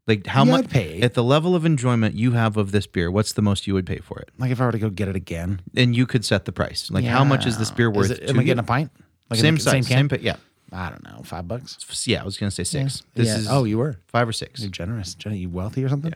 B: Like how
A: yeah,
B: much?
A: I'd pay eight.
B: At the level of enjoyment you have of this beer, what's the most you would pay for it?
A: Like if I were to go get it again,
B: and you could set the price. Like yeah. how much is this beer worth?
A: It, am I getting a pint? Like
B: same size, same, can? same
A: yeah. I don't know, five bucks.
B: Yeah, I was gonna say six. Yeah. This is
A: oh, you were
B: five or six.
A: You're generous. Are you wealthy or something?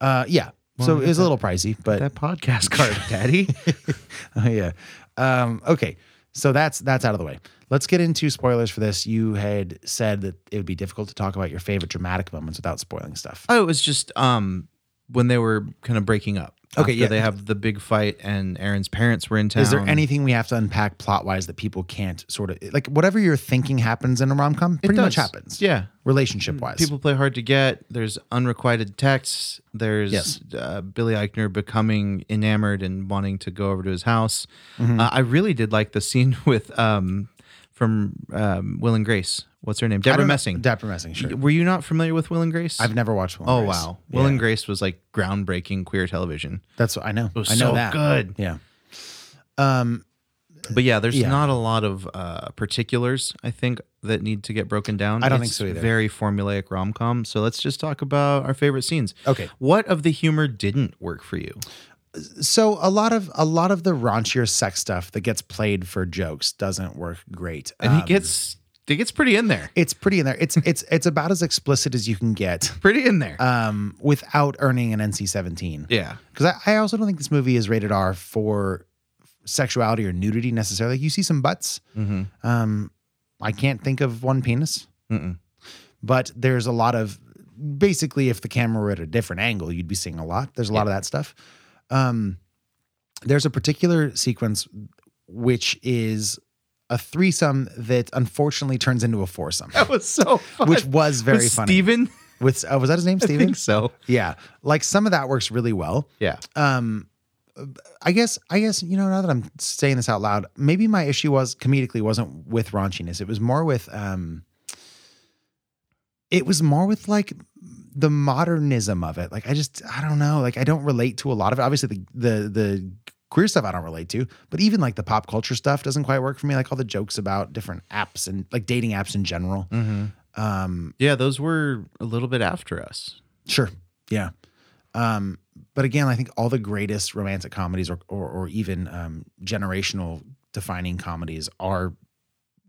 A: Yeah. Uh, yeah. Well, so it was that, a little pricey, but
B: that podcast card, Daddy.
A: oh yeah. Um, okay. So that's that's out of the way. Let's get into spoilers for this. You had said that it would be difficult to talk about your favorite dramatic moments without spoiling stuff.
B: Oh, it was just um when they were kind of breaking up.
A: Okay, yeah.
B: They have the big fight, and Aaron's parents were in town.
A: Is there anything we have to unpack plot wise that people can't sort of like whatever you're thinking happens in a rom com? Pretty much happens.
B: Yeah,
A: relationship wise,
B: people play hard to get. There's unrequited texts. There's
A: yes.
B: uh, Billy Eichner becoming enamored and wanting to go over to his house. Mm-hmm. Uh, I really did like the scene with um from um, Will and Grace. What's her name? Deborah Messing.
A: Deborah Messing. Sure.
B: Were you not familiar with Will and Grace?
A: I've never watched Will.
B: oh Grace. wow, Will yeah. and Grace was like groundbreaking queer television.
A: That's what I know.
B: It was
A: I know
B: so
A: that.
B: good.
A: Yeah. Um,
B: but yeah, there's yeah. not a lot of uh, particulars I think that need to get broken down.
A: I don't
B: it's
A: think so either.
B: Very formulaic rom com. So let's just talk about our favorite scenes.
A: Okay.
B: What of the humor didn't work for you?
A: so a lot of a lot of the raunchier sex stuff that gets played for jokes doesn't work great
B: and um, he gets it gets pretty in there
A: it's pretty in there it's it's it's about as explicit as you can get
B: pretty in there
A: um without earning an nc-17
B: yeah
A: because I, I also don't think this movie is rated r for sexuality or nudity necessarily you see some butts
B: mm-hmm.
A: um i can't think of one penis
B: Mm-mm.
A: but there's a lot of basically if the camera were at a different angle you'd be seeing a lot there's a lot yeah. of that stuff um, there's a particular sequence which is a threesome that unfortunately turns into a foursome.
B: That was so fun.
A: Which was very
B: With
A: funny.
B: Steven?
A: With oh, was that his name, Steven?
B: I think so.
A: Yeah. Like some of that works really well.
B: Yeah.
A: Um I guess I guess, you know, now that I'm saying this out loud, maybe my issue was comedically wasn't with raunchiness. It was more with um it was more with like the modernism of it. Like I just I don't know. Like I don't relate to a lot of it. Obviously the the the queer stuff I don't relate to, but even like the pop culture stuff doesn't quite work for me. Like all the jokes about different apps and like dating apps in general.
B: Mm-hmm.
A: Um,
B: yeah, those were a little bit after us.
A: Sure. Yeah. Um, but again, I think all the greatest romantic comedies or or, or even um, generational defining comedies are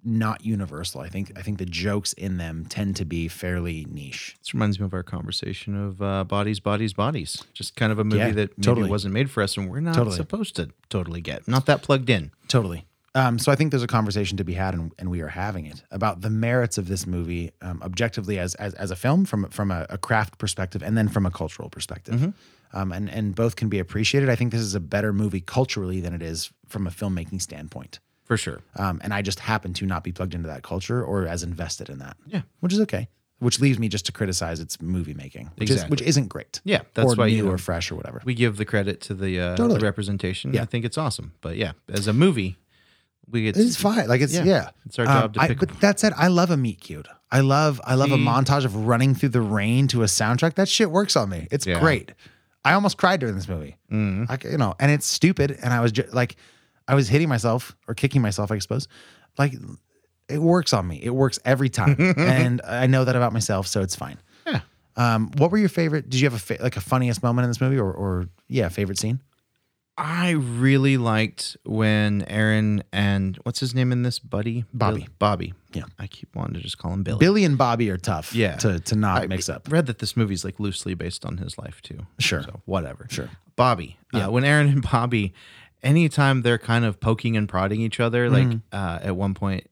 A: not universal. I think I think the jokes in them tend to be fairly niche.
B: This reminds me of our conversation of uh, bodies, bodies, bodies. Just kind of a movie
A: Yeah,
B: that maybe
A: totally.
B: wasn't made for us, and we're not
A: Totally.
B: supposed to totally get. Not that plugged in.
A: Totally. Um, so I think there's a conversation to be had, and, and we are having it about the merits of this movie, um, objectively as, as as a film from from a, a craft perspective, and then from a cultural perspective, um, and and both can be appreciated. I think this is a better movie culturally than it is from a filmmaking standpoint,
B: for sure.
A: um, and I just happen to not be plugged into that culture or as invested in that.
B: Yeah.
A: which is okay. Which leaves me just to criticize its movie making, which
B: Exactly.
A: is which isn't great.
B: Yeah, that's
A: or
B: why,
A: new
B: you know,
A: or fresh or whatever.
B: We give the credit to the, uh,
A: Totally.
B: the representation.
A: Yeah.
B: I think it's awesome. But yeah, as a movie, we get
A: It's fine. Like it's yeah.
B: It's our
A: Um,
B: job to
A: I-
B: pick.
A: but that said, I love a meet cute. I love I love a
B: See?
A: montage of running through the rain to a soundtrack. That shit works on me. It's
B: Yeah.
A: great. I almost cried during this movie.
B: Mm.
A: Like you know, and it's stupid. And I was ju- like, I was hitting myself or kicking myself, I suppose. Like it works on me. It works every time, and I know that about myself, so it's fine.
B: Yeah.
A: Um, what were your favorite? Did you have a fa- like a funniest moment in this movie, or or yeah, favorite scene?
B: I really liked when Aaron and what's his name in this? Buddy?
A: Bobby.
B: Bill- Bobby.
A: Yeah.
B: I keep wanting to just call him Billy.
A: Billy and Bobby are tough.
B: Yeah.
A: To to not mix up.
B: read that this movie's like loosely based on his life too.
A: Sure.
B: So whatever.
A: Sure.
B: Bobby. Yeah. when Aaron and Bobby, anytime they're kind of poking and prodding each other, like
A: Mm-hmm.
B: uh, at one point,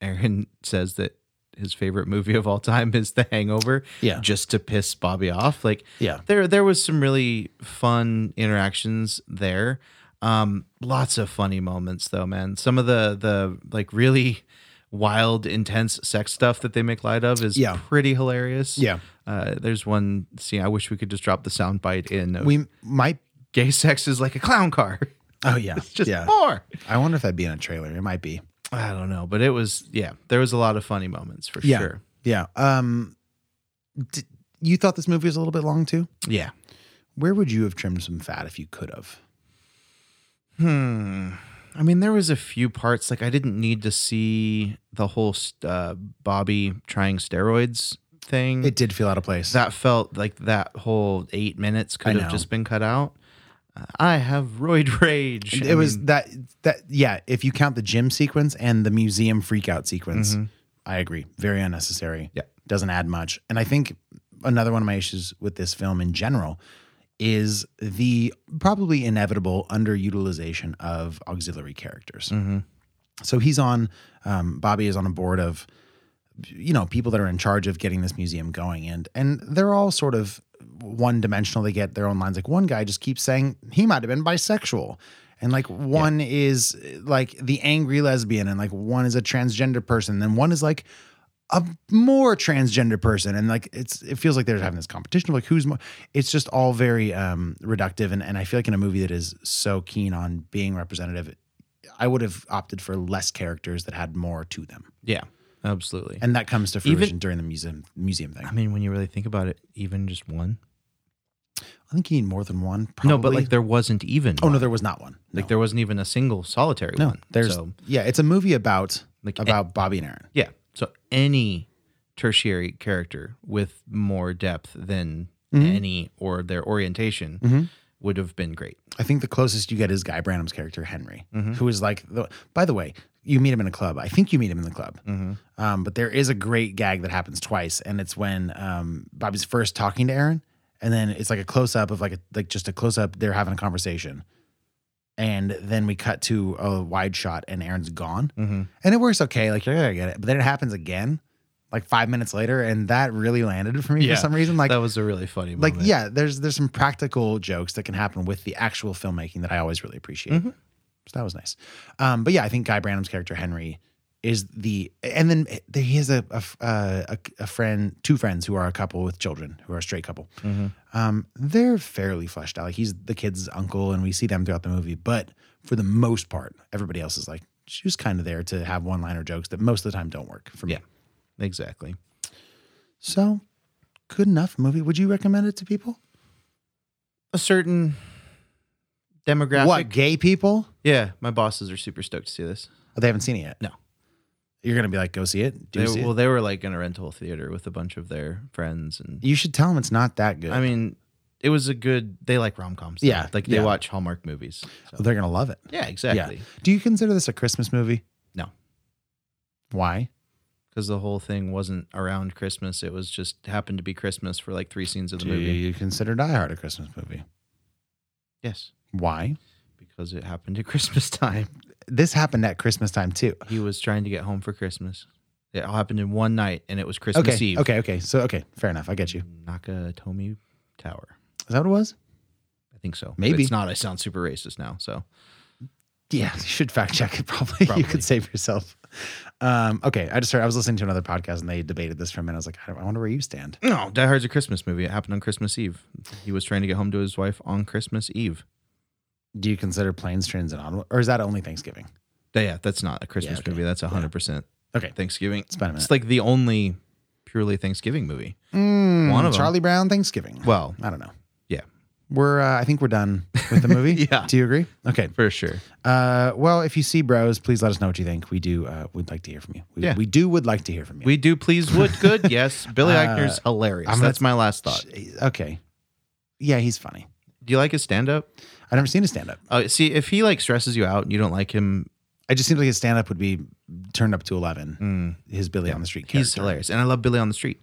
B: Aaron says that his favorite movie of all time is The Hangover.
A: Yeah.
B: Just to piss Bobby off. Like
A: Yeah.
B: there there was some really fun interactions there. Um, lots of funny moments though, man. Some of the the like really wild, intense sex stuff that they make light of is
A: Yeah.
B: pretty hilarious.
A: Yeah.
B: Uh, there's one scene I wish we could just drop the soundbite in. of
A: We might.
B: gay sex is like a clown car.
A: Oh yeah.
B: It's just
A: yeah.
B: more.
A: I wonder if that'd be in a trailer. It might be.
B: I don't know, but it was yeah. There was a lot of funny moments for
A: yeah.
B: sure.
A: Yeah. Um, d- you thought this movie was a little bit long too.
B: Yeah.
A: Where would you have trimmed some fat if you could have?
B: Hmm. I mean, there was a few parts like I didn't need to see the whole st- uh, Bobby trying steroids thing.
A: It did feel out of place.
B: that felt like that whole eight minutes
A: I
B: could
A: know.
B: have just been cut out. Uh, I have roid rage.
A: it
B: I
A: was
B: mean,
A: that that yeah. If you count the gym sequence and the museum freakout sequence,
B: Mhm.
A: I agree. Very unnecessary.
B: Yeah.
A: Doesn't add much. And I think another one of my issues with this film in general is the probably inevitable underutilization of auxiliary characters.
B: Mhm.
A: So he's on, um, Bobby is on a board of, you know, people that are in charge of getting this museum going, and and they're all sort of one dimensional. They get their own lines. Like one guy just keeps saying he might have been bisexual, and like one is uh, like the angry lesbian, and like one is a transgender person, then one is like a more transgender person, and like it's it feels like they're having this competition of like who's more. It's just all very um reductive, and and I feel like in a movie that is so keen on being representative. I would have opted for less characters that had more to them
B: yeah, absolutely.
A: and that comes to
B: Even-
A: fruition during the museum museum thing.
B: I mean, when you really think about it, even just one.
A: I think you need more than one. Probably.
B: No, but like there wasn't even.
A: oh no,
B: one.
A: there was not one.
B: like there wasn't even a single solitary
A: no,
B: one.
A: there's
B: so,
A: yeah, it's a movie about
B: Like,
A: about Bobby and Aaron.
B: yeah. So any tertiary character with more depth than
A: Mhm.
B: any or their orientation
A: Mhm.
B: would have been great.
A: I think the closest you get is Guy Branum's character Henry,
B: Mhm.
A: who is like. The, by the way, you meet him in a club. I think you meet him in the club.
B: Mm-hmm.
A: Um, but there is a great gag that happens twice, and it's when um, Bobby's first talking to Aaron, and then it's like a close up of like a, like just a close up. They're having a conversation, and then we cut to a wide shot, and Aaron's gone,
B: Mhm.
A: and it works okay. Like you're gonna get it, but then it happens again like five minutes later, and that really landed for me
B: Yeah,
A: for some reason. Like
B: that was a really funny
A: like
B: moment.
A: yeah, there's there's some practical jokes that can happen with the actual filmmaking that I always really appreciate.
B: Mhm.
A: So that was nice. Um, but yeah, I think Guy Branum's character Henry is the and then there, he has a a, a a friend, two friends who are a couple with children who are a straight couple.
B: Mhm.
A: Um, they're fairly fleshed out. Like he's the kid's uncle, and we see them throughout the movie. But for the most part, everybody else is like she's kind of there to have one-liner jokes that most of the time don't work for me.
B: Yeah, exactly.
A: So, good enough movie. Would you recommend it to people?
B: A certain demographic.
A: What gay people?
B: Yeah, my bosses are super stoked to see this.
A: Oh, they haven't seen it yet.
B: No.
A: You're gonna be like, go see it. Do
B: They,
A: you see it?
B: well, they were like in a rental theater with a bunch of their friends, and
A: You should tell them it's not that good.
B: I mean, it was a good. They like rom coms.
A: Yeah,
B: like they
A: yeah.
B: watch Hallmark movies.
A: Well, they're gonna love it.
B: Yeah, exactly.
A: Do you consider this a Christmas movie?
B: No.
A: Why?
B: Because the whole thing wasn't around Christmas. It was just happened to be Christmas for like three scenes of the
A: Do
B: movie.
A: you consider Die Hard a Christmas movie?
B: Yes,
A: Why?
B: because it happened at Christmas time.
A: This happened at Christmas time too.
B: He was trying to get home for Christmas. It all happened in one night, and it was Christmas
A: okay.
B: Eve.
A: Okay. Okay. So okay, fair enough. I get you.
B: Nakatomi Tower.
A: Is that what it was?
B: I think so. But
A: Maybe.
B: it's not. I sound super racist now. So
A: Yeah, you should fact check it. Probably, you
B: Probably.
A: could save yourself. Um, okay, I just heard I was listening to another podcast and they debated this for a minute. I was like, I, don't- I wonder where you stand.
B: no, Die Hard's a Christmas movie. It happened on Christmas Eve. He was trying to get home to his wife on Christmas Eve.
A: Do you consider planes, trains, and automobiles, or is that only Thanksgiving?
B: Yeah, that's not a Christmas
A: okay.
B: movie. That's hundred percent.
A: Okay.
B: Thanksgiving. It's,
A: been a minute.
B: like the only purely Thanksgiving movie.
A: Mm,
B: One of 'em.
A: Charlie Brown Thanksgiving.
B: Well,
A: I don't know.
B: yeah,
A: We're uh, I think we're done with the movie.
B: Yeah.
A: Do you agree? Okay.
B: for sure.
A: Uh, well, if you see Bros, please let us know what you think. We do. Uh, we'd like to hear from you. We,
B: Yeah.
A: we do would like to hear from you.
B: We do please would good. Yes, Billy Eichner's hilarious.
A: I'm gonna-
B: that's my last thought.
A: Uh, okay. Yeah, he's funny.
B: Do you like his stand up?
A: I've never seen a stand up.
B: Uh, see, if he like stresses you out and you don't like him,
A: I just seems like his stand up would be turned up to eleven. His Billy on the Street. Character.
B: Hmm. he's hilarious. And I love Billy on the Street.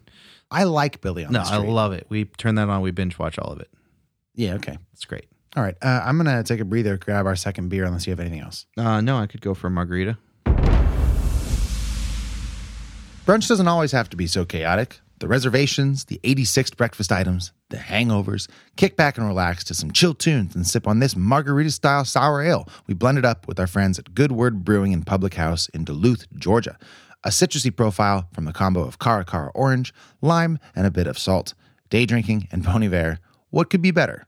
A: I like Billy on
B: No,
A: the
B: I
A: Street.
B: love it. We turn that on. We binge watch all of it.
A: yeah. Okay.
B: It's great.
A: All right. Uh, I'm gonna take a breather, grab our second beer, unless you have anything else.
B: Uh, no, I could go for a margarita.
A: Brunch doesn't always have to be so chaotic. The reservations, the 86th breakfast items, the hangovers. Kick back and relax to some chill tunes and sip on this margarita style sour ale we blended up with our friends at Good Word Brewing and Public House in Duluth, Georgia. A citrusy profile from the combo of Cara Cara orange, lime, and a bit of salt. Day drinking and Bon Iver. What could be better?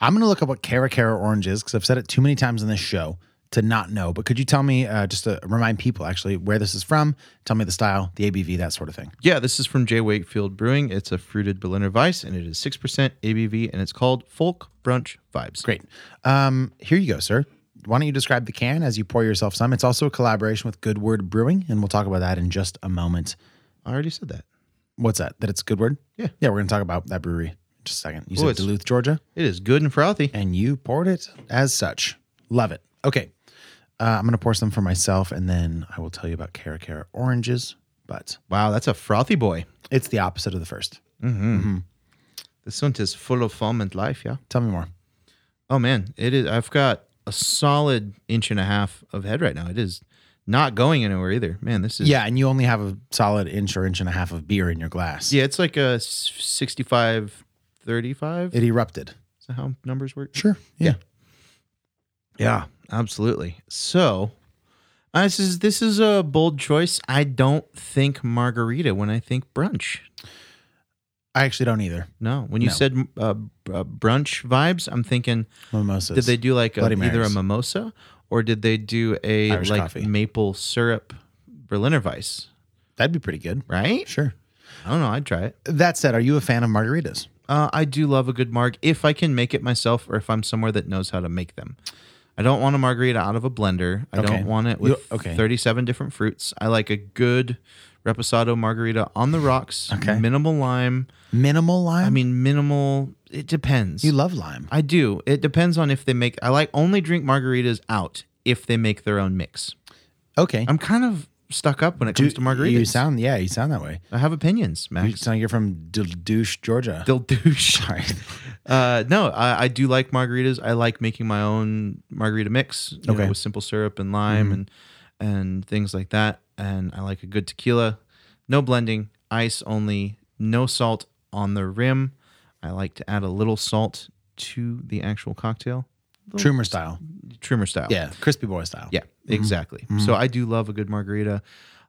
A: I'm going to look up what Cara Cara orange is because I've said it too many times in this show to not know. But could you tell me, uh, just to remind people actually, where this is from? Tell me the style, the ABV, that sort of thing.
B: Yeah, this is from J. Wakefield Brewing. It's a fruited Berliner Weiss, and it is 6% ABV, and it's called Folk Brunch Vibes.
A: Great. Um, here you go, sir. Why don't you describe the can as you pour yourself some? It's also a collaboration with Good Word Brewing, and we'll talk about that in just a moment.
B: I already said that.
A: What's that? That it's Good Word?
B: Yeah.
A: Yeah, we're going to talk about that brewery in just a second. You
B: Oh,
A: said
B: it's-
A: Duluth, Georgia,
B: It is good and frothy.
A: and you poured it as such. Love it. Okay. Uh, I'm going to pour some for myself, and then I will tell you about Cara Cara oranges, but
B: Wow, that's a frothy boy.
A: it's the opposite of the first.
B: This one is full of foam and life, yeah?
A: Tell me more.
B: Oh, man. it is. I've got a solid inch and a half of head right now. It is not going anywhere either. Man, this is.
A: Yeah, and you only have a solid inch or inch and a half of beer in your glass.
B: Yeah, it's like a s- 65 35.
A: It erupted.
B: Is that how numbers work?
A: Sure. Yeah.
B: Yeah, absolutely. So uh, this is this is a bold choice. I don't think margarita when I think brunch.
A: I actually don't either.
B: No, when you
A: No.
B: said uh, b- uh, brunch vibes, I'm thinking
A: Mimosas.
B: did they do like a,
A: Bloody
B: either a
A: Marys.
B: mimosa or did they do a
A: Irish
B: like
A: coffee.
B: maple syrup Berliner Weiss?
A: That'd be pretty good.
B: Right?
A: Sure.
B: I don't know. I'd try it.
A: That said, are you a fan of margaritas?
B: Uh, I do love a good marg if I can make it myself or if I'm somewhere that knows how to make them. I don't want a margarita out of a blender. I
A: Okay.
B: don't want it
A: You-
B: with
A: okay.
B: 37 different fruits. I like a good reposado margarita on the rocks,
A: Okay.
B: minimal lime.
A: Minimal lime?
B: I mean, minimal, it depends.
A: you love lime.
B: I do. It depends on if they make, I like only drink margaritas out if they make their own mix.
A: Okay.
B: I'm kind of stuck up when it
A: Do-
B: comes to margaritas.
A: You sound, yeah, you sound that way.
B: I have opinions,
A: You
B: Max.
A: sound like you're from D- Douche, Georgia.
B: Dill douche.
A: Sorry.
B: Uh, no, I, I do like margaritas. I like making my own margarita mix you know,
A: Okay. Mm-hmm.
B: with simple syrup and lime and and things like that. And I like a good tequila, no blending. ice only, no salt on the rim. I like to add a little salt to the actual cocktail.
A: Little, Trumer style.
B: Trumer style.
A: Yeah, crispy boy style.
B: Yeah, mm-hmm. exactly. Mm-hmm. So I do love a good margarita.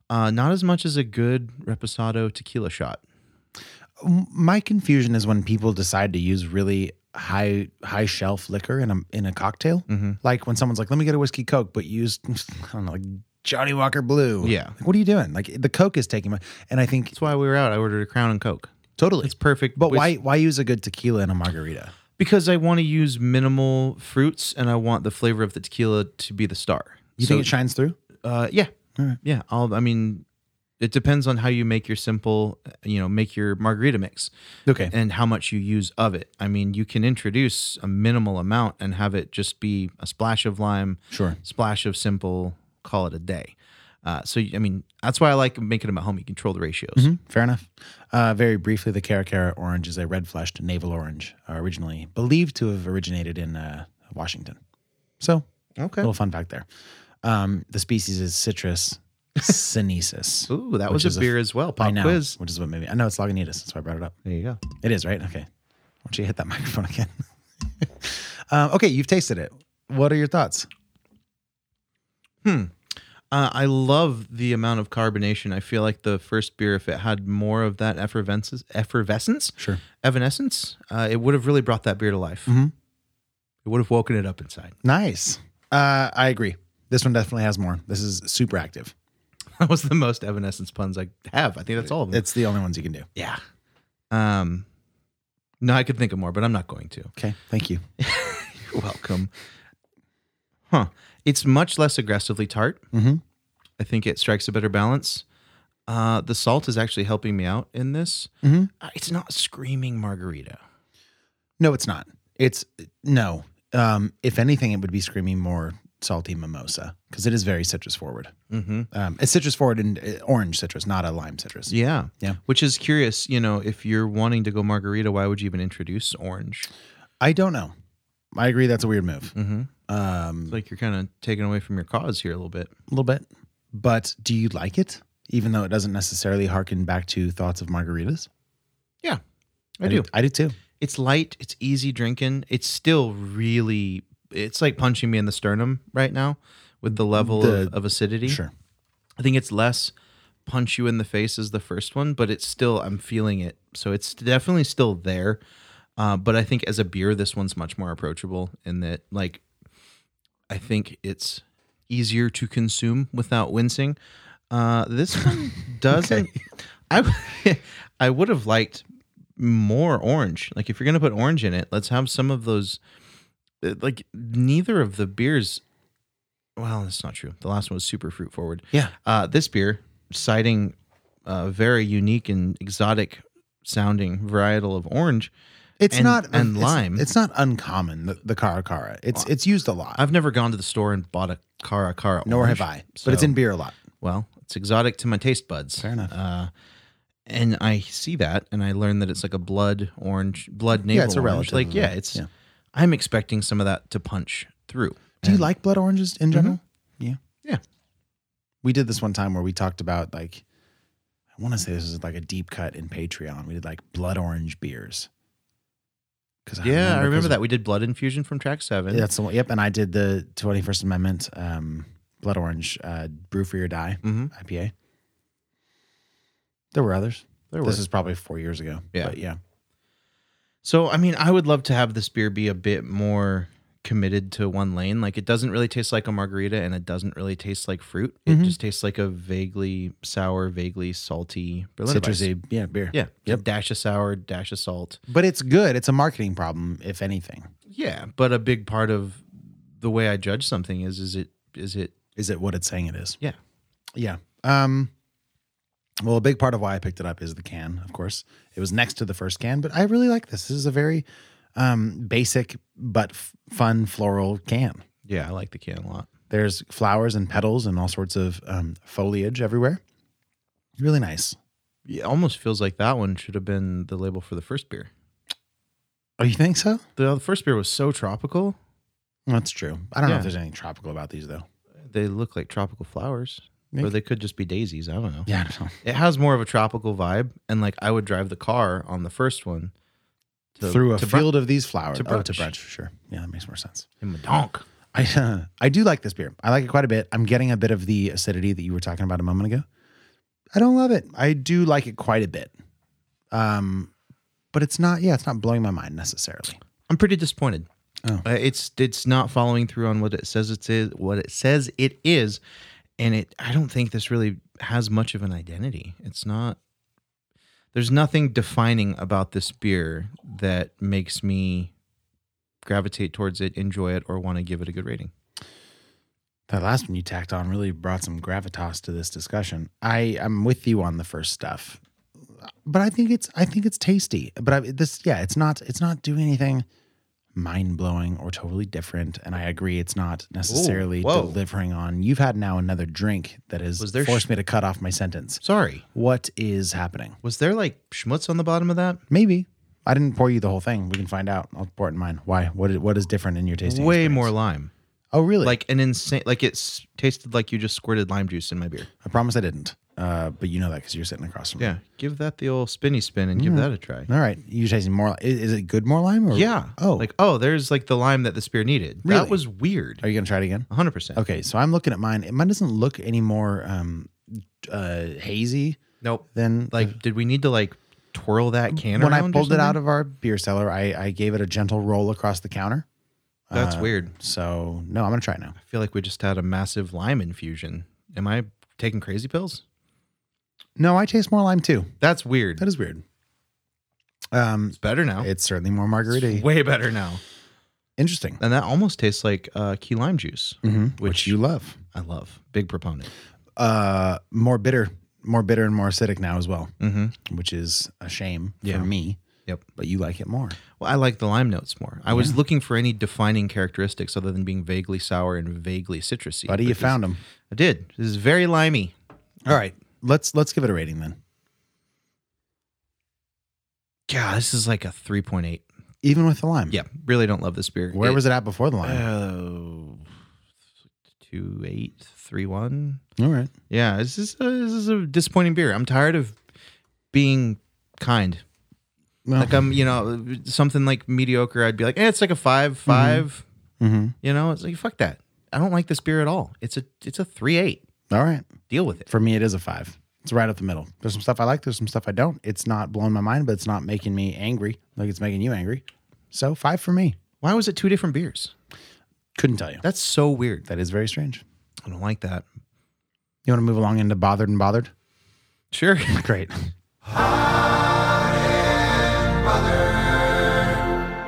B: Uh, not as much as a good reposado tequila shot.
A: My confusion is when people decide to use really high high shelf liquor in a in a cocktail.
B: Mm-hmm.
A: Like when someone's like, "Let me get a whiskey coke," but use I don't know, like Johnny Walker Blue.
B: Yeah,
A: like, what are you doing? Like the coke is taking my. And I think
B: that's why we were out. I ordered a Crown and Coke.
A: Totally,
B: it's perfect.
A: But with, why why use a good tequila and a margarita?
B: Because I want to use minimal fruits and I want the flavor of the tequila to be the star.
A: You so, think it shines through?
B: Uh, yeah, right. yeah. I'll, I mean, it depends on how you make your simple uh, you know make your margarita mix
A: okay
B: and how much you use of it i mean you can introduce a minimal amount and have it just be a splash of lime
A: sure
B: splash of simple call it a day uh, so i mean that's why i like making them at home you control the ratios
A: mm-hmm. fair enough uh, very briefly the caracara orange is a red fleshed navel orange uh, originally believed to have originated in uh, washington so
B: okay
A: little fun fact there um, the species is citrus Synesis.
B: Ooh, that was a beer a, as well. Pop
A: know,
B: quiz.
A: Which is what made me. I know it's Lagunitas. That's why I brought it up.
B: There you go.
A: It is, right? Okay. Why don't you hit that microphone again? um, okay, you've tasted it. What are your thoughts?
B: Hmm. Uh, I love the amount of carbonation. I feel like the first beer, if it had more of that effervescence, effervescence,
A: sure,
B: evanescence, uh, it would have really brought that beer to life.
A: Mm-hmm.
B: It would have woken it up inside.
A: Nice. Uh, I agree. This one definitely has more. This is super active.
B: That was the most Evanescence puns I have. I think that's all of them.
A: It's the only ones you can do.
B: Yeah. Um, no, I could think of more, but I'm not going to.
A: Okay. Thank you.
B: You're welcome. Huh. It's much less aggressively tart.
A: Mm-hmm.
B: I think it strikes a better balance. Uh, the salt is actually helping me out in this.
A: Mm-hmm.
B: Uh, it's not screaming margarita.
A: No, it's not. It's no. Um, if anything, it would be screaming more salty mimosa because it is very citrus forward.
B: Mm-hmm.
A: Um, it's citrus forward and orange citrus, not a lime citrus.
B: Yeah,
A: yeah.
B: Which is curious. You know, if you're wanting to go margarita, why would you even introduce orange?
A: I don't know. I agree. That's a weird move.
B: Mm-hmm.
A: Um,
B: like you're kind of taken away from your cause here a little bit.
A: A little bit. But do you like it? Even though it doesn't necessarily harken back to thoughts of margaritas.
B: Yeah, I,
A: I
B: do.
A: do. I do too.
B: It's light. It's easy drinking. It's still really it's like punching me in the sternum right now with the level the, of, of, acidity.
A: Sure.
B: I think it's less punch you in the face as the first one, but it's still I'm feeling it. So it's definitely still there. Uh, but I think as a beer, this one's much more approachable in that like I think it's easier to consume without wincing. Uh, this one doesn't. I I would have liked more orange. Like if you're gonna put orange in it, let's have some of those uh, like neither of the beers well that's not true the last one was super fruit forward
A: yeah
B: uh, this beer citing a uh, very unique and exotic sounding varietal of orange
A: it's
B: and,
A: not
B: and lime
A: it's, it's not uncommon the, the caracara it's well, it's used a lot
B: i've never gone to the store and bought a caracara
A: nor have i so, but it's in beer a lot
B: well it's exotic to my taste buds
A: fair enough
B: uh, and i see that and i learn that it's like a blood orange blood navel yeah,
A: it's a relative
B: orange. like yeah it's yeah. I'm expecting some of that to punch through.
A: Do you like blood oranges in general?
B: Mm-hmm. Yeah. Yeah.
A: We did this one time where we talked about like I want to say this is like a deep cut in Patreon. We did like blood orange beers.
B: Cause I yeah, remember, I remember that we did blood infusion from track seven.
A: That's the one. Yep, and I did the Twenty First Amendment um, blood orange uh, brew for your die
B: mm-hmm.
A: IPA. There were others.
B: There
A: this
B: were.
A: is probably four years ago.
B: Yeah,
A: but yeah.
B: So, I mean, I would love to have this beer be a bit more committed to one lane. Like, it doesn't really taste like a margarita and it doesn't really taste like fruit. It
A: mm-hmm.
B: just tastes like a vaguely sour, vaguely salty
A: Berliner Citrusy, Weiss. yeah, beer.
B: Yeah. Yep. Dash of sour, dash of salt.
A: But it's good. It's a marketing problem, if anything.
B: Yeah. But a big part of the way I judge something is, is it, is it,
A: is it what it's saying it is?
B: Yeah.
A: Yeah. Um, well, a big part of why I picked it up is the can, of course. It was next to the first can, but I really like this. This is a very um, basic but f- fun floral can.
B: Yeah, I like the can a lot.
A: There's flowers and petals and all sorts of um, foliage everywhere. Really nice.
B: It almost feels like that one should have been the label for the first beer.
A: Oh, you think so?
B: The, the first beer was so tropical.
A: That's true. I don't yeah. know if there's anything tropical about these, though.
B: They look like tropical flowers. Or they could just be daisies. I don't know.
A: Yeah, I don't know.
B: It has more of a tropical vibe, and like I would drive the car on the first one to-
A: through a
B: to brunch.
A: field of these flowers.
B: To
A: oh, to
B: brunch.
A: brunch for sure. Yeah, that makes more sense.
B: In Madonk.
A: I I do like this beer. I like it quite a bit. I'm getting a bit of the acidity that you were talking about a moment ago. I don't love it. I do like it quite a bit. Um, but it's not. Yeah, it's not blowing my mind necessarily.
B: I'm pretty disappointed.
A: Oh.
B: Uh, it's it's not following through on what it says it is, what it says it is, and it. I don't think this really has much of an identity. It's not. There's nothing defining about this beer that makes me gravitate towards it, enjoy it, or want to give it a good rating.
A: That last one you tacked on really brought some gravitas to this discussion. I I'm with you on the first stuff, but I think it's I think it's tasty. But I, this yeah, it's not it's not doing anything mind blowing or totally different. And I agree, it's not necessarily
B: whoa.
A: delivering on. You've had now another drink that has
B: Was there
A: forced
B: sh-
A: me to cut off my sentence.
B: Sorry,
A: What is happening?
B: was there like schmutz on the bottom of that?
A: Maybe I didn't pour you the whole thing. We can find out. I'll pour it in mine. Why? What is, what is different in your tasting?
B: Way
A: experience?
B: more lime.
A: Oh, really?
B: Like an insane. Like it's tasted like you just squirted lime juice in my beer.
A: I promise I didn't. Uh, but you know that because you're sitting across from me.
B: Yeah, give that the old spinny spin and give
A: Mm.
B: that a try.
A: All right, you're tasting more. i- Is it good more lime? Or?
B: Yeah.
A: Oh,
B: Like, oh, there's like the lime that the spear needed.
A: Really?
B: That was weird.
A: are you gonna try it again?
B: 100%.
A: Okay, so I'm looking at mine. It- Mine doesn't look any more um, uh, hazy
B: Nope.
A: than
B: Like, did we need to like twirl that can
A: when
B: around?
A: I
B: or
A: pulled it out
B: something?
A: of our beer cellar. I, I gave it a gentle roll across the counter.
B: That's
A: Uh,
B: weird.
A: So no, I'm gonna try it now.
B: I feel like we just had a massive lime infusion. Am I taking crazy pills?
A: No, I taste more lime too.
B: That's weird.
A: That is weird. Um,
B: it's better now.
A: it's certainly more margarita.
B: way better now.
A: Interesting.
B: And that almost tastes like uh, key lime juice,
A: Mhm,
B: which,
A: Which you love.
B: I love. Big proponent.
A: Uh, more bitter, more bitter and more acidic now as well,
B: Mm-hmm.
A: which is a shame
B: Yeah.
A: for me.
B: Yep.
A: But you like it more.
B: Well, I like the lime notes more. I was looking for any defining characteristics other than being vaguely sour and vaguely citrusy.
A: Buddy, you
B: because-
A: found Oh. them.
B: I did. This is very limey.
A: All right. Let's let's give it a rating then.
B: God, this is like a 3.8.
A: Even with the lime.
B: Yeah, really don't love this beer.
A: Where was it at before the lime?
B: Oh, two eight three one.
A: All right.
B: Yeah, this is a, this is a disappointing beer. I'm tired of being kind.
A: Well,
B: Like I'm, you know, something like mediocre. I'd be like, eh, it's like a five five.
A: mhm.
B: You know, it's like fuck that. I don't like this beer at all. It's a it's a three eight.
A: All right.
B: Deal with it.
A: For me, it is a five. It's right up the middle. There's some stuff I like. There's some stuff I don't. It's not blowing my mind, but it's not making me angry like it's making you angry. So five for me.
B: Why was it two different beers?
A: Couldn't tell you.
B: That's so weird.
A: That is very strange.
B: I don't like that.
A: You want to move along into bothered and bothered?
B: Sure.
A: Great.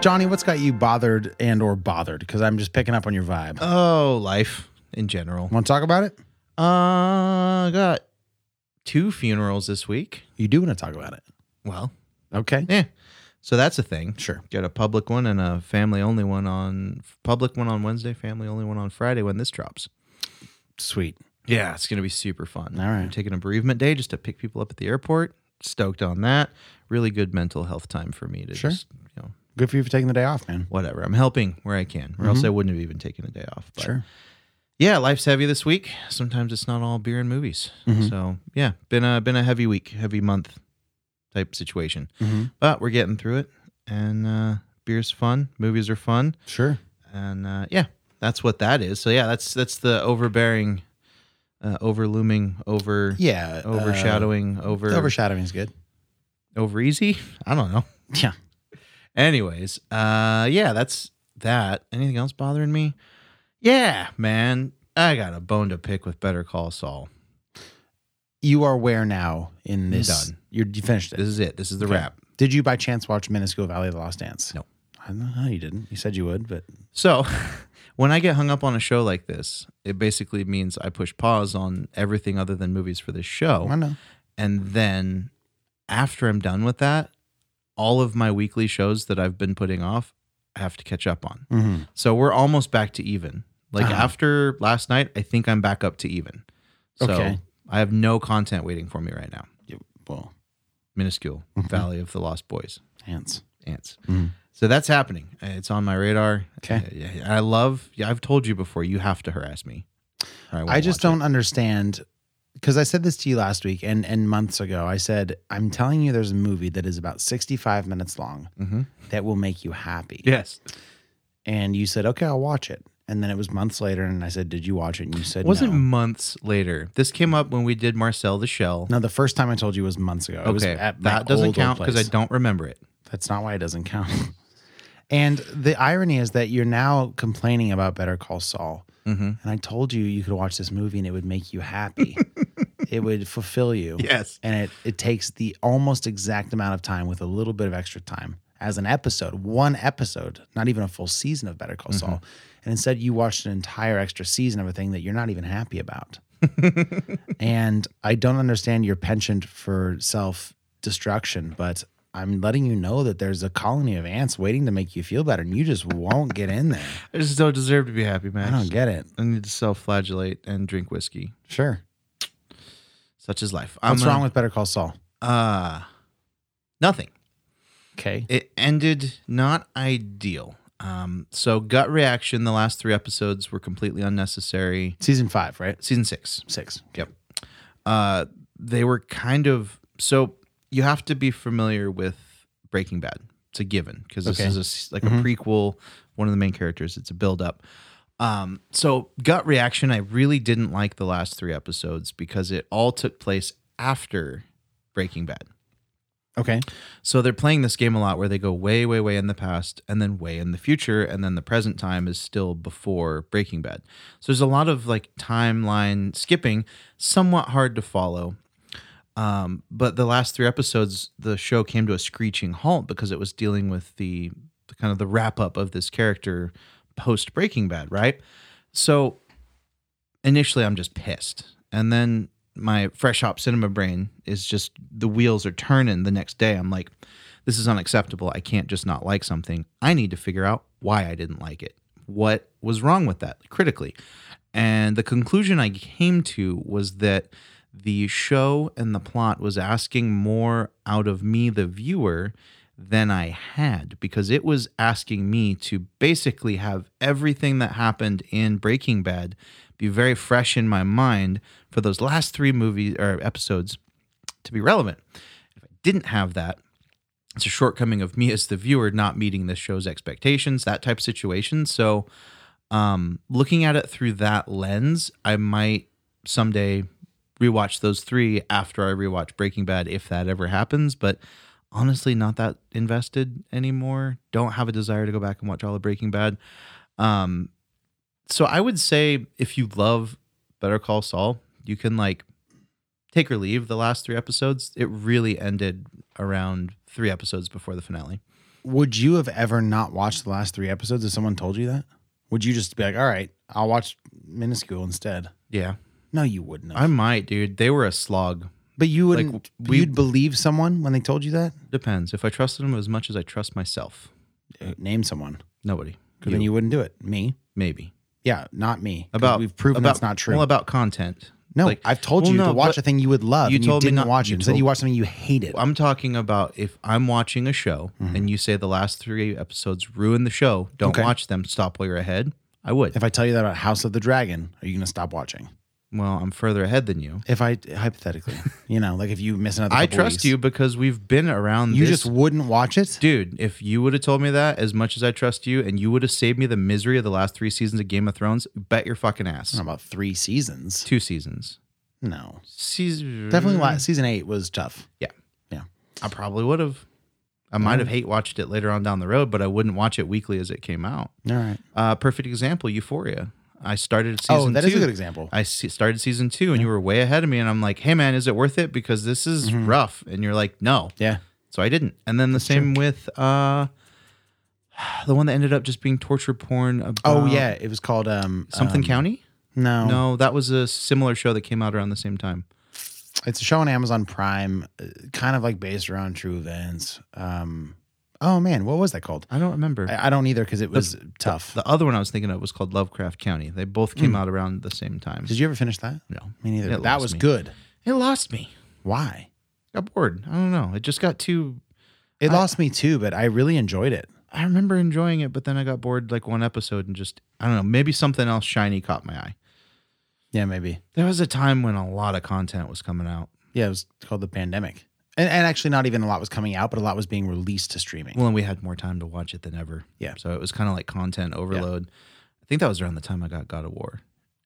A: Johnny, what's got you bothered and or bothered? Because I'm just picking up on your vibe.
B: oh, life in general.
A: Want to talk about it?
B: Uh, I got two funerals this week.
A: You do want to talk about it.
B: Well,
A: Okay.
B: yeah. So that's a thing.
A: Sure.
B: Got a public one and a family only one on public one on Wednesday, family only one on Friday when this drops.
A: Sweet.
B: Yeah, it's gonna be super fun.
A: All right.
B: I'm taking a bereavement day just to pick people up at the airport. Stoked on that. Really good mental health time for me to
A: Sure.
B: just you know
A: Good for you for taking the day off, man.
B: whatever. I'm helping where I can, or else I wouldn't have even taken a day off. But
A: Mm-hmm. Sure.
B: yeah, life's heavy this week. Sometimes it's not all beer and movies.
A: Mm-hmm.
B: So yeah, been a been a heavy week, heavy month type situation.
A: Mm-hmm.
B: But we're getting through it, and uh, beer's fun, movies are fun,
A: Sure.
B: and uh, yeah, that's what that is. So yeah, that's that's the overbearing, uh, over looming, over
A: Yeah. uh,
B: overshadowing, over
A: overshadowing is good.
B: over easy. I don't know.
A: Yeah.
B: Anyways, uh yeah, that's that. Anything else bothering me? Yeah, man. I got a bone to pick with Better Call Saul.
A: You are where now in this?
B: Done.
A: You're, you finished it.
B: This is it. This is the
A: Okay.
B: wrap.
A: Did you by chance watch Minuscule Valley of the Lost Dance?
B: No.
A: I don't know. You didn't. You said you would, but
B: So, when I get hung up on a show like this, it basically means I push pause on everything other than movies for this show.
A: I know.
B: And then after I'm done with that, all of my weekly shows that I've been putting off, I have to catch up on.
A: Mhm.
B: So we're almost back to even. Like
A: Uh-huh.
B: after last night, I think I'm back up to even. So
A: Okay.
B: I have no content waiting for me right now.
A: You, well,
B: Minuscule
A: Mm-hmm.
B: Valley of the Lost Boys
A: ants.
B: ants. So that's happening. Uh, It's on my radar.
A: Mm-hmm. Okay.
B: Uh, yeah, I love. Yeah, I've told you before. You have to harass me. or won't
A: I just
B: watch
A: don't understand because I said this to you last week and and months ago. I said I'm telling you, there's a movie that is about 65 minutes long
B: mm-hmm.
A: that will make you happy.
B: Yes.
A: And you said, okay, I'll watch it. And then it was months later, and I said, "Did you watch it?" And you said,
B: it "Wasn't
A: no.
B: months later. This came up when we did Marcel the Shell."
A: No, the first time I told you was months ago. It was
B: Okay,
A: at my
B: that
A: old,
B: doesn't
A: old
B: count because I
A: place.
B: don't remember it.
A: That's not why it doesn't count. and the irony is that you're now complaining about Better Call Saul.
B: Mm-hmm.
A: And I told you you could watch this movie and it would make you happy. it would fulfill you.
B: Yes.
A: And it, it takes the almost exact amount of time with a little bit of extra time as an episode, one episode, not even a full season of Better Call
B: Mm-hmm.
A: Saul. And instead, you watched an entire extra season of a thing that you're not even happy about. and I don't understand your penchant for self destruction, but I'm letting you know that there's a colony of ants waiting to make you feel better, and you just won't get in there.
B: I just don't deserve to be happy,
A: I
B: Max.
A: don't get it.
B: I need to self-flagellate and drink whiskey.
A: Sure.
B: Such is life.
A: What's wrong with Better Call Saul?
B: Uh, nothing.
A: Okay.
B: It ended not ideal. Um, so gut reaction. The last three episodes were completely unnecessary.
A: Season five, right?
B: Season six.
A: Six.
B: Yep. Uh, they were kind of so you have to be familiar with Breaking Bad. It's a given because this
A: Okay.
B: is a s like
A: Mhm.
B: a prequel. One of the main characters. It's a build up. Um, so gut reaction. I really didn't like the last three episodes because it all took place after Breaking Bad.
A: Okay.
B: So they're playing this game a lot where they go way, way, way in the past and then way in the future. And then the present time is still before Breaking Bad. So there's a lot of like timeline skipping, somewhat hard to follow. Um, but the last three episodes, the show came to a screeching halt because it was dealing with the, the kind of the wrap up of this character post Breaking Bad, right? So initially I'm just pissed. And then my fresh hop cinema brain is just the wheels are turning the next day. I'm like, this is unacceptable. I can't just not like something. I need to figure out why I didn't like it. What was wrong with that critically? And the conclusion I came to was that the show and the plot was asking more out of me, the viewer, than I had because it was asking me to basically have everything that happened in Breaking Bad be very fresh in my mind for those last three movies or episodes to be relevant. If I didn't have that, it's a shortcoming of me as the viewer not meeting this show's expectations, that type of situation. So, um, looking at it through that lens, I might someday rewatch those three after I rewatch Breaking Bad if that ever happens. But honestly, not that invested anymore. Don't have a desire to go back and watch all of Breaking Bad. Um, so I would say if you love Better Call Saul, you can like take or leave the last three episodes. It really ended around three episodes before the finale.
A: Would you have ever not watched the last three episodes if someone told you that? Would you just be like, all right, I'll watch Minuscule instead?
B: Yeah.
A: No, you wouldn't. Have.
B: I might, dude. They were a slog.
A: But you
B: Like,
A: wouldn't.
B: we-
A: you'd believe someone when they told you that?
B: Depends. If I trusted them as much as I trust myself,
A: Uh, Name someone.
B: nobody.
A: 'Cause Then
B: You.
A: you wouldn't do it. Me?
B: Maybe.
A: Yeah, not me. 'Cause
B: About
A: we've proven
B: about,
A: that's not true.
B: Well, about content.
A: no,
B: Like,
A: I've told
B: well,
A: you
B: no,
A: to watch
B: but-
A: a thing you would love.
B: you
A: and
B: told me
A: you didn't
B: not-
A: watch it.
B: you
A: You said you
B: told-
A: watched something you hated.
B: I'm talking about if I'm watching a show and you say the last three episodes ruin the show, don't
A: Mm-hmm. Okay.
B: watch them, stop while you're ahead. I would.
A: if I tell you that about House of the Dragon, are you going to stop watching?
B: well, I'm further ahead than you.
A: If I hypothetically, you know, like if you miss another,
B: I
A: couple
B: trust
A: weeks,
B: you because we've been around
A: You
B: this.
A: just wouldn't watch it.
B: Dude, if you would have told me that as much as I trust you and you would have saved me the misery of the last three seasons of Game of Thrones, bet your fucking ass.
A: Not about three seasons.
B: Two seasons.
A: No,
B: Season.
A: definitely last season eight was tough.
B: Yeah.
A: Yeah.
B: I probably would have. I might have hate watched it later on down the road, but I wouldn't watch it weekly as it came out.
A: All right.
B: Uh, perfect example, Euphoria. I started
A: Oh,
B: season
A: that
B: two.
A: is a good example.
B: I se- started season two and you were way ahead of me. And I'm like, hey, man, is it worth it? Because this is rough. And you're like, no.
A: Mm-hmm. yeah.
B: So I didn't. And then the same with uh, the one that ended up just being torture porn. About
A: Oh yeah, it was called um
B: Something
A: um,
B: County?
A: No, no,
B: Uh, No, that was a similar show that came out around the same time.
A: it's a show on Amazon Prime, uh, kind of like based around true events. Um, oh man, what was that called?
B: I don't remember.
A: I, I don't either because it was tough.
B: the other one I was thinking of was called Lovecraft County. They both
A: Mm.
B: came out around the same time.
A: Did you ever finish that?
B: No.
A: me neither.
B: It
A: that
B: lost
A: was
B: me.
A: good.
B: It lost me.
A: Why?
B: Got bored. I don't know. It just got too.
A: It
B: I-
A: lost me too, but I really enjoyed it.
B: I remember enjoying it, but then I got bored like one episode and just I don't know. Maybe something else shiny caught my eye.
A: Yeah, maybe.
B: There was a time when a lot of content was coming out.
A: Yeah, it was called the pandemic. And, and actually, not even a lot was coming out, but a lot was being released to streaming.
B: Well, and we had more time to watch it than ever.
A: Yeah.
B: So it was kind of like content overload. Yeah. I think that was around the time I got God of War.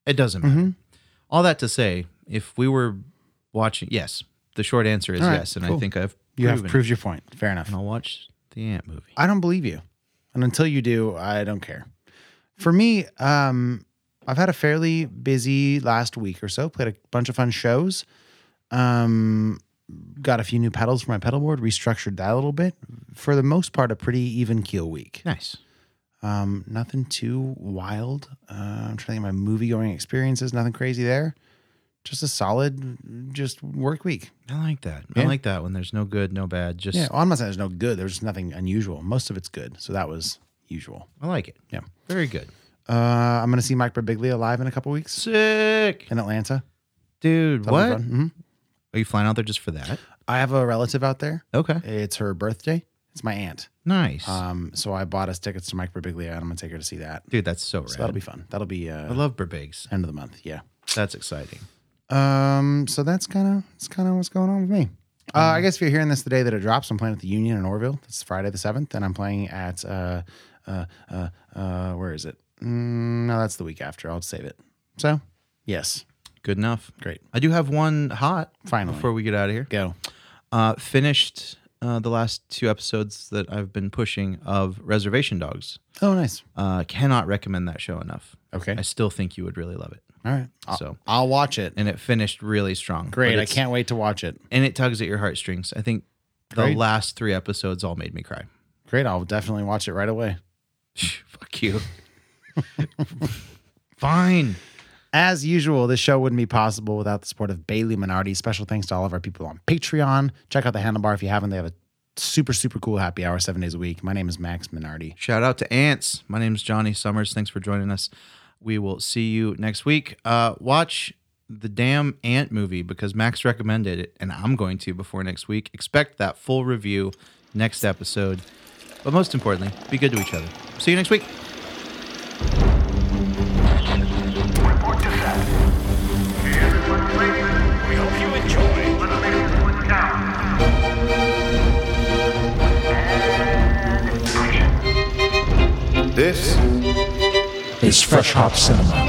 B: It doesn't matter. Mm-hmm. All that to say, if we were watching, yes, the short answer is right, yes. And cool. I think I've
A: you have proved your point. Fair enough.
B: And I'll watch the Ant movie.
A: I don't believe you, and until you do, I don't care. For me, um, I've had a fairly busy last week or so. Played a bunch of fun shows. Um, got a few new pedals for my pedal board. Restructured that a little bit. For the most part, a pretty even keel week.
B: Nice.
A: Um, nothing too wild. Uh, I'm trying to think of my movie going experiences. Nothing crazy there just a solid just work week.
B: I like that. Yeah. I like that when there's no good, no bad. Just
A: yeah. Well, I'm not saying there's no good. There's nothing unusual. Most of it's good. So that was usual.
B: I like it.
A: Yeah.
B: Very good.
A: Uh, I'm gonna see Mike Birbiglia live in a couple weeks.
B: Sick
A: in Atlanta,
B: dude. That'll what? Mm-hmm. Are you flying out there just for that?
A: I have a relative out there.
B: Okay.
A: It's her birthday. It's my aunt.
B: Nice.
A: Um, so I bought us tickets to Mike Birbiglia, and I'm gonna take her to see that.
B: Dude, that's so.
A: so
B: rad.
A: that'll be fun. That'll be. Uh,
B: I love Birbigs.
A: End of the month. Yeah.
B: That's exciting.
A: Um, so that's kind of that's kind of what's going on with me. Uh, I guess if you're hearing this the day that it drops, I'm playing at the Union in Orville. That's Friday the seventh, and I'm playing at uh, uh, uh, uh where is it? Mm, no, that's the week after. I'll save it. So, yes,
B: good enough.
A: Great.
B: I do have one hot.
A: Finally,
B: before we get out of here,
A: go.
B: Uh, finished uh, the last two episodes that I've been pushing of Reservation Dogs.
A: Oh, nice.
B: Uh, cannot recommend that show enough.
A: Okay,
B: I still think you would really love it.
A: All right. I'll,
B: so
A: I'll watch it.
B: And it finished really strong.
A: Great. I can't wait to watch it.
B: And it tugs at your heartstrings. I think the Great. last three episodes all made me cry.
A: Great. I'll definitely watch it right away.
B: Fuck you. Fine.
A: As usual, this show wouldn't be possible without the support of Bailey Minardi. Special thanks to all of our people on Patreon. Check out the handlebar if you haven't. They have a super, super cool happy hour seven days a week. My name is Max Minardi.
B: Shout out to Ants. My name is Johnny Summers. Thanks for joining us. We will see you next week. Uh, watch the damn ant movie because Max recommended it, and I'm going to before next week. Expect that full review next episode. But most importantly, be good to each other. See you next week.
D: Report to set. Hey everyone, please. We hope you enjoy. Let's make this one count.
E: This
F: is Fresh Hop Cinema.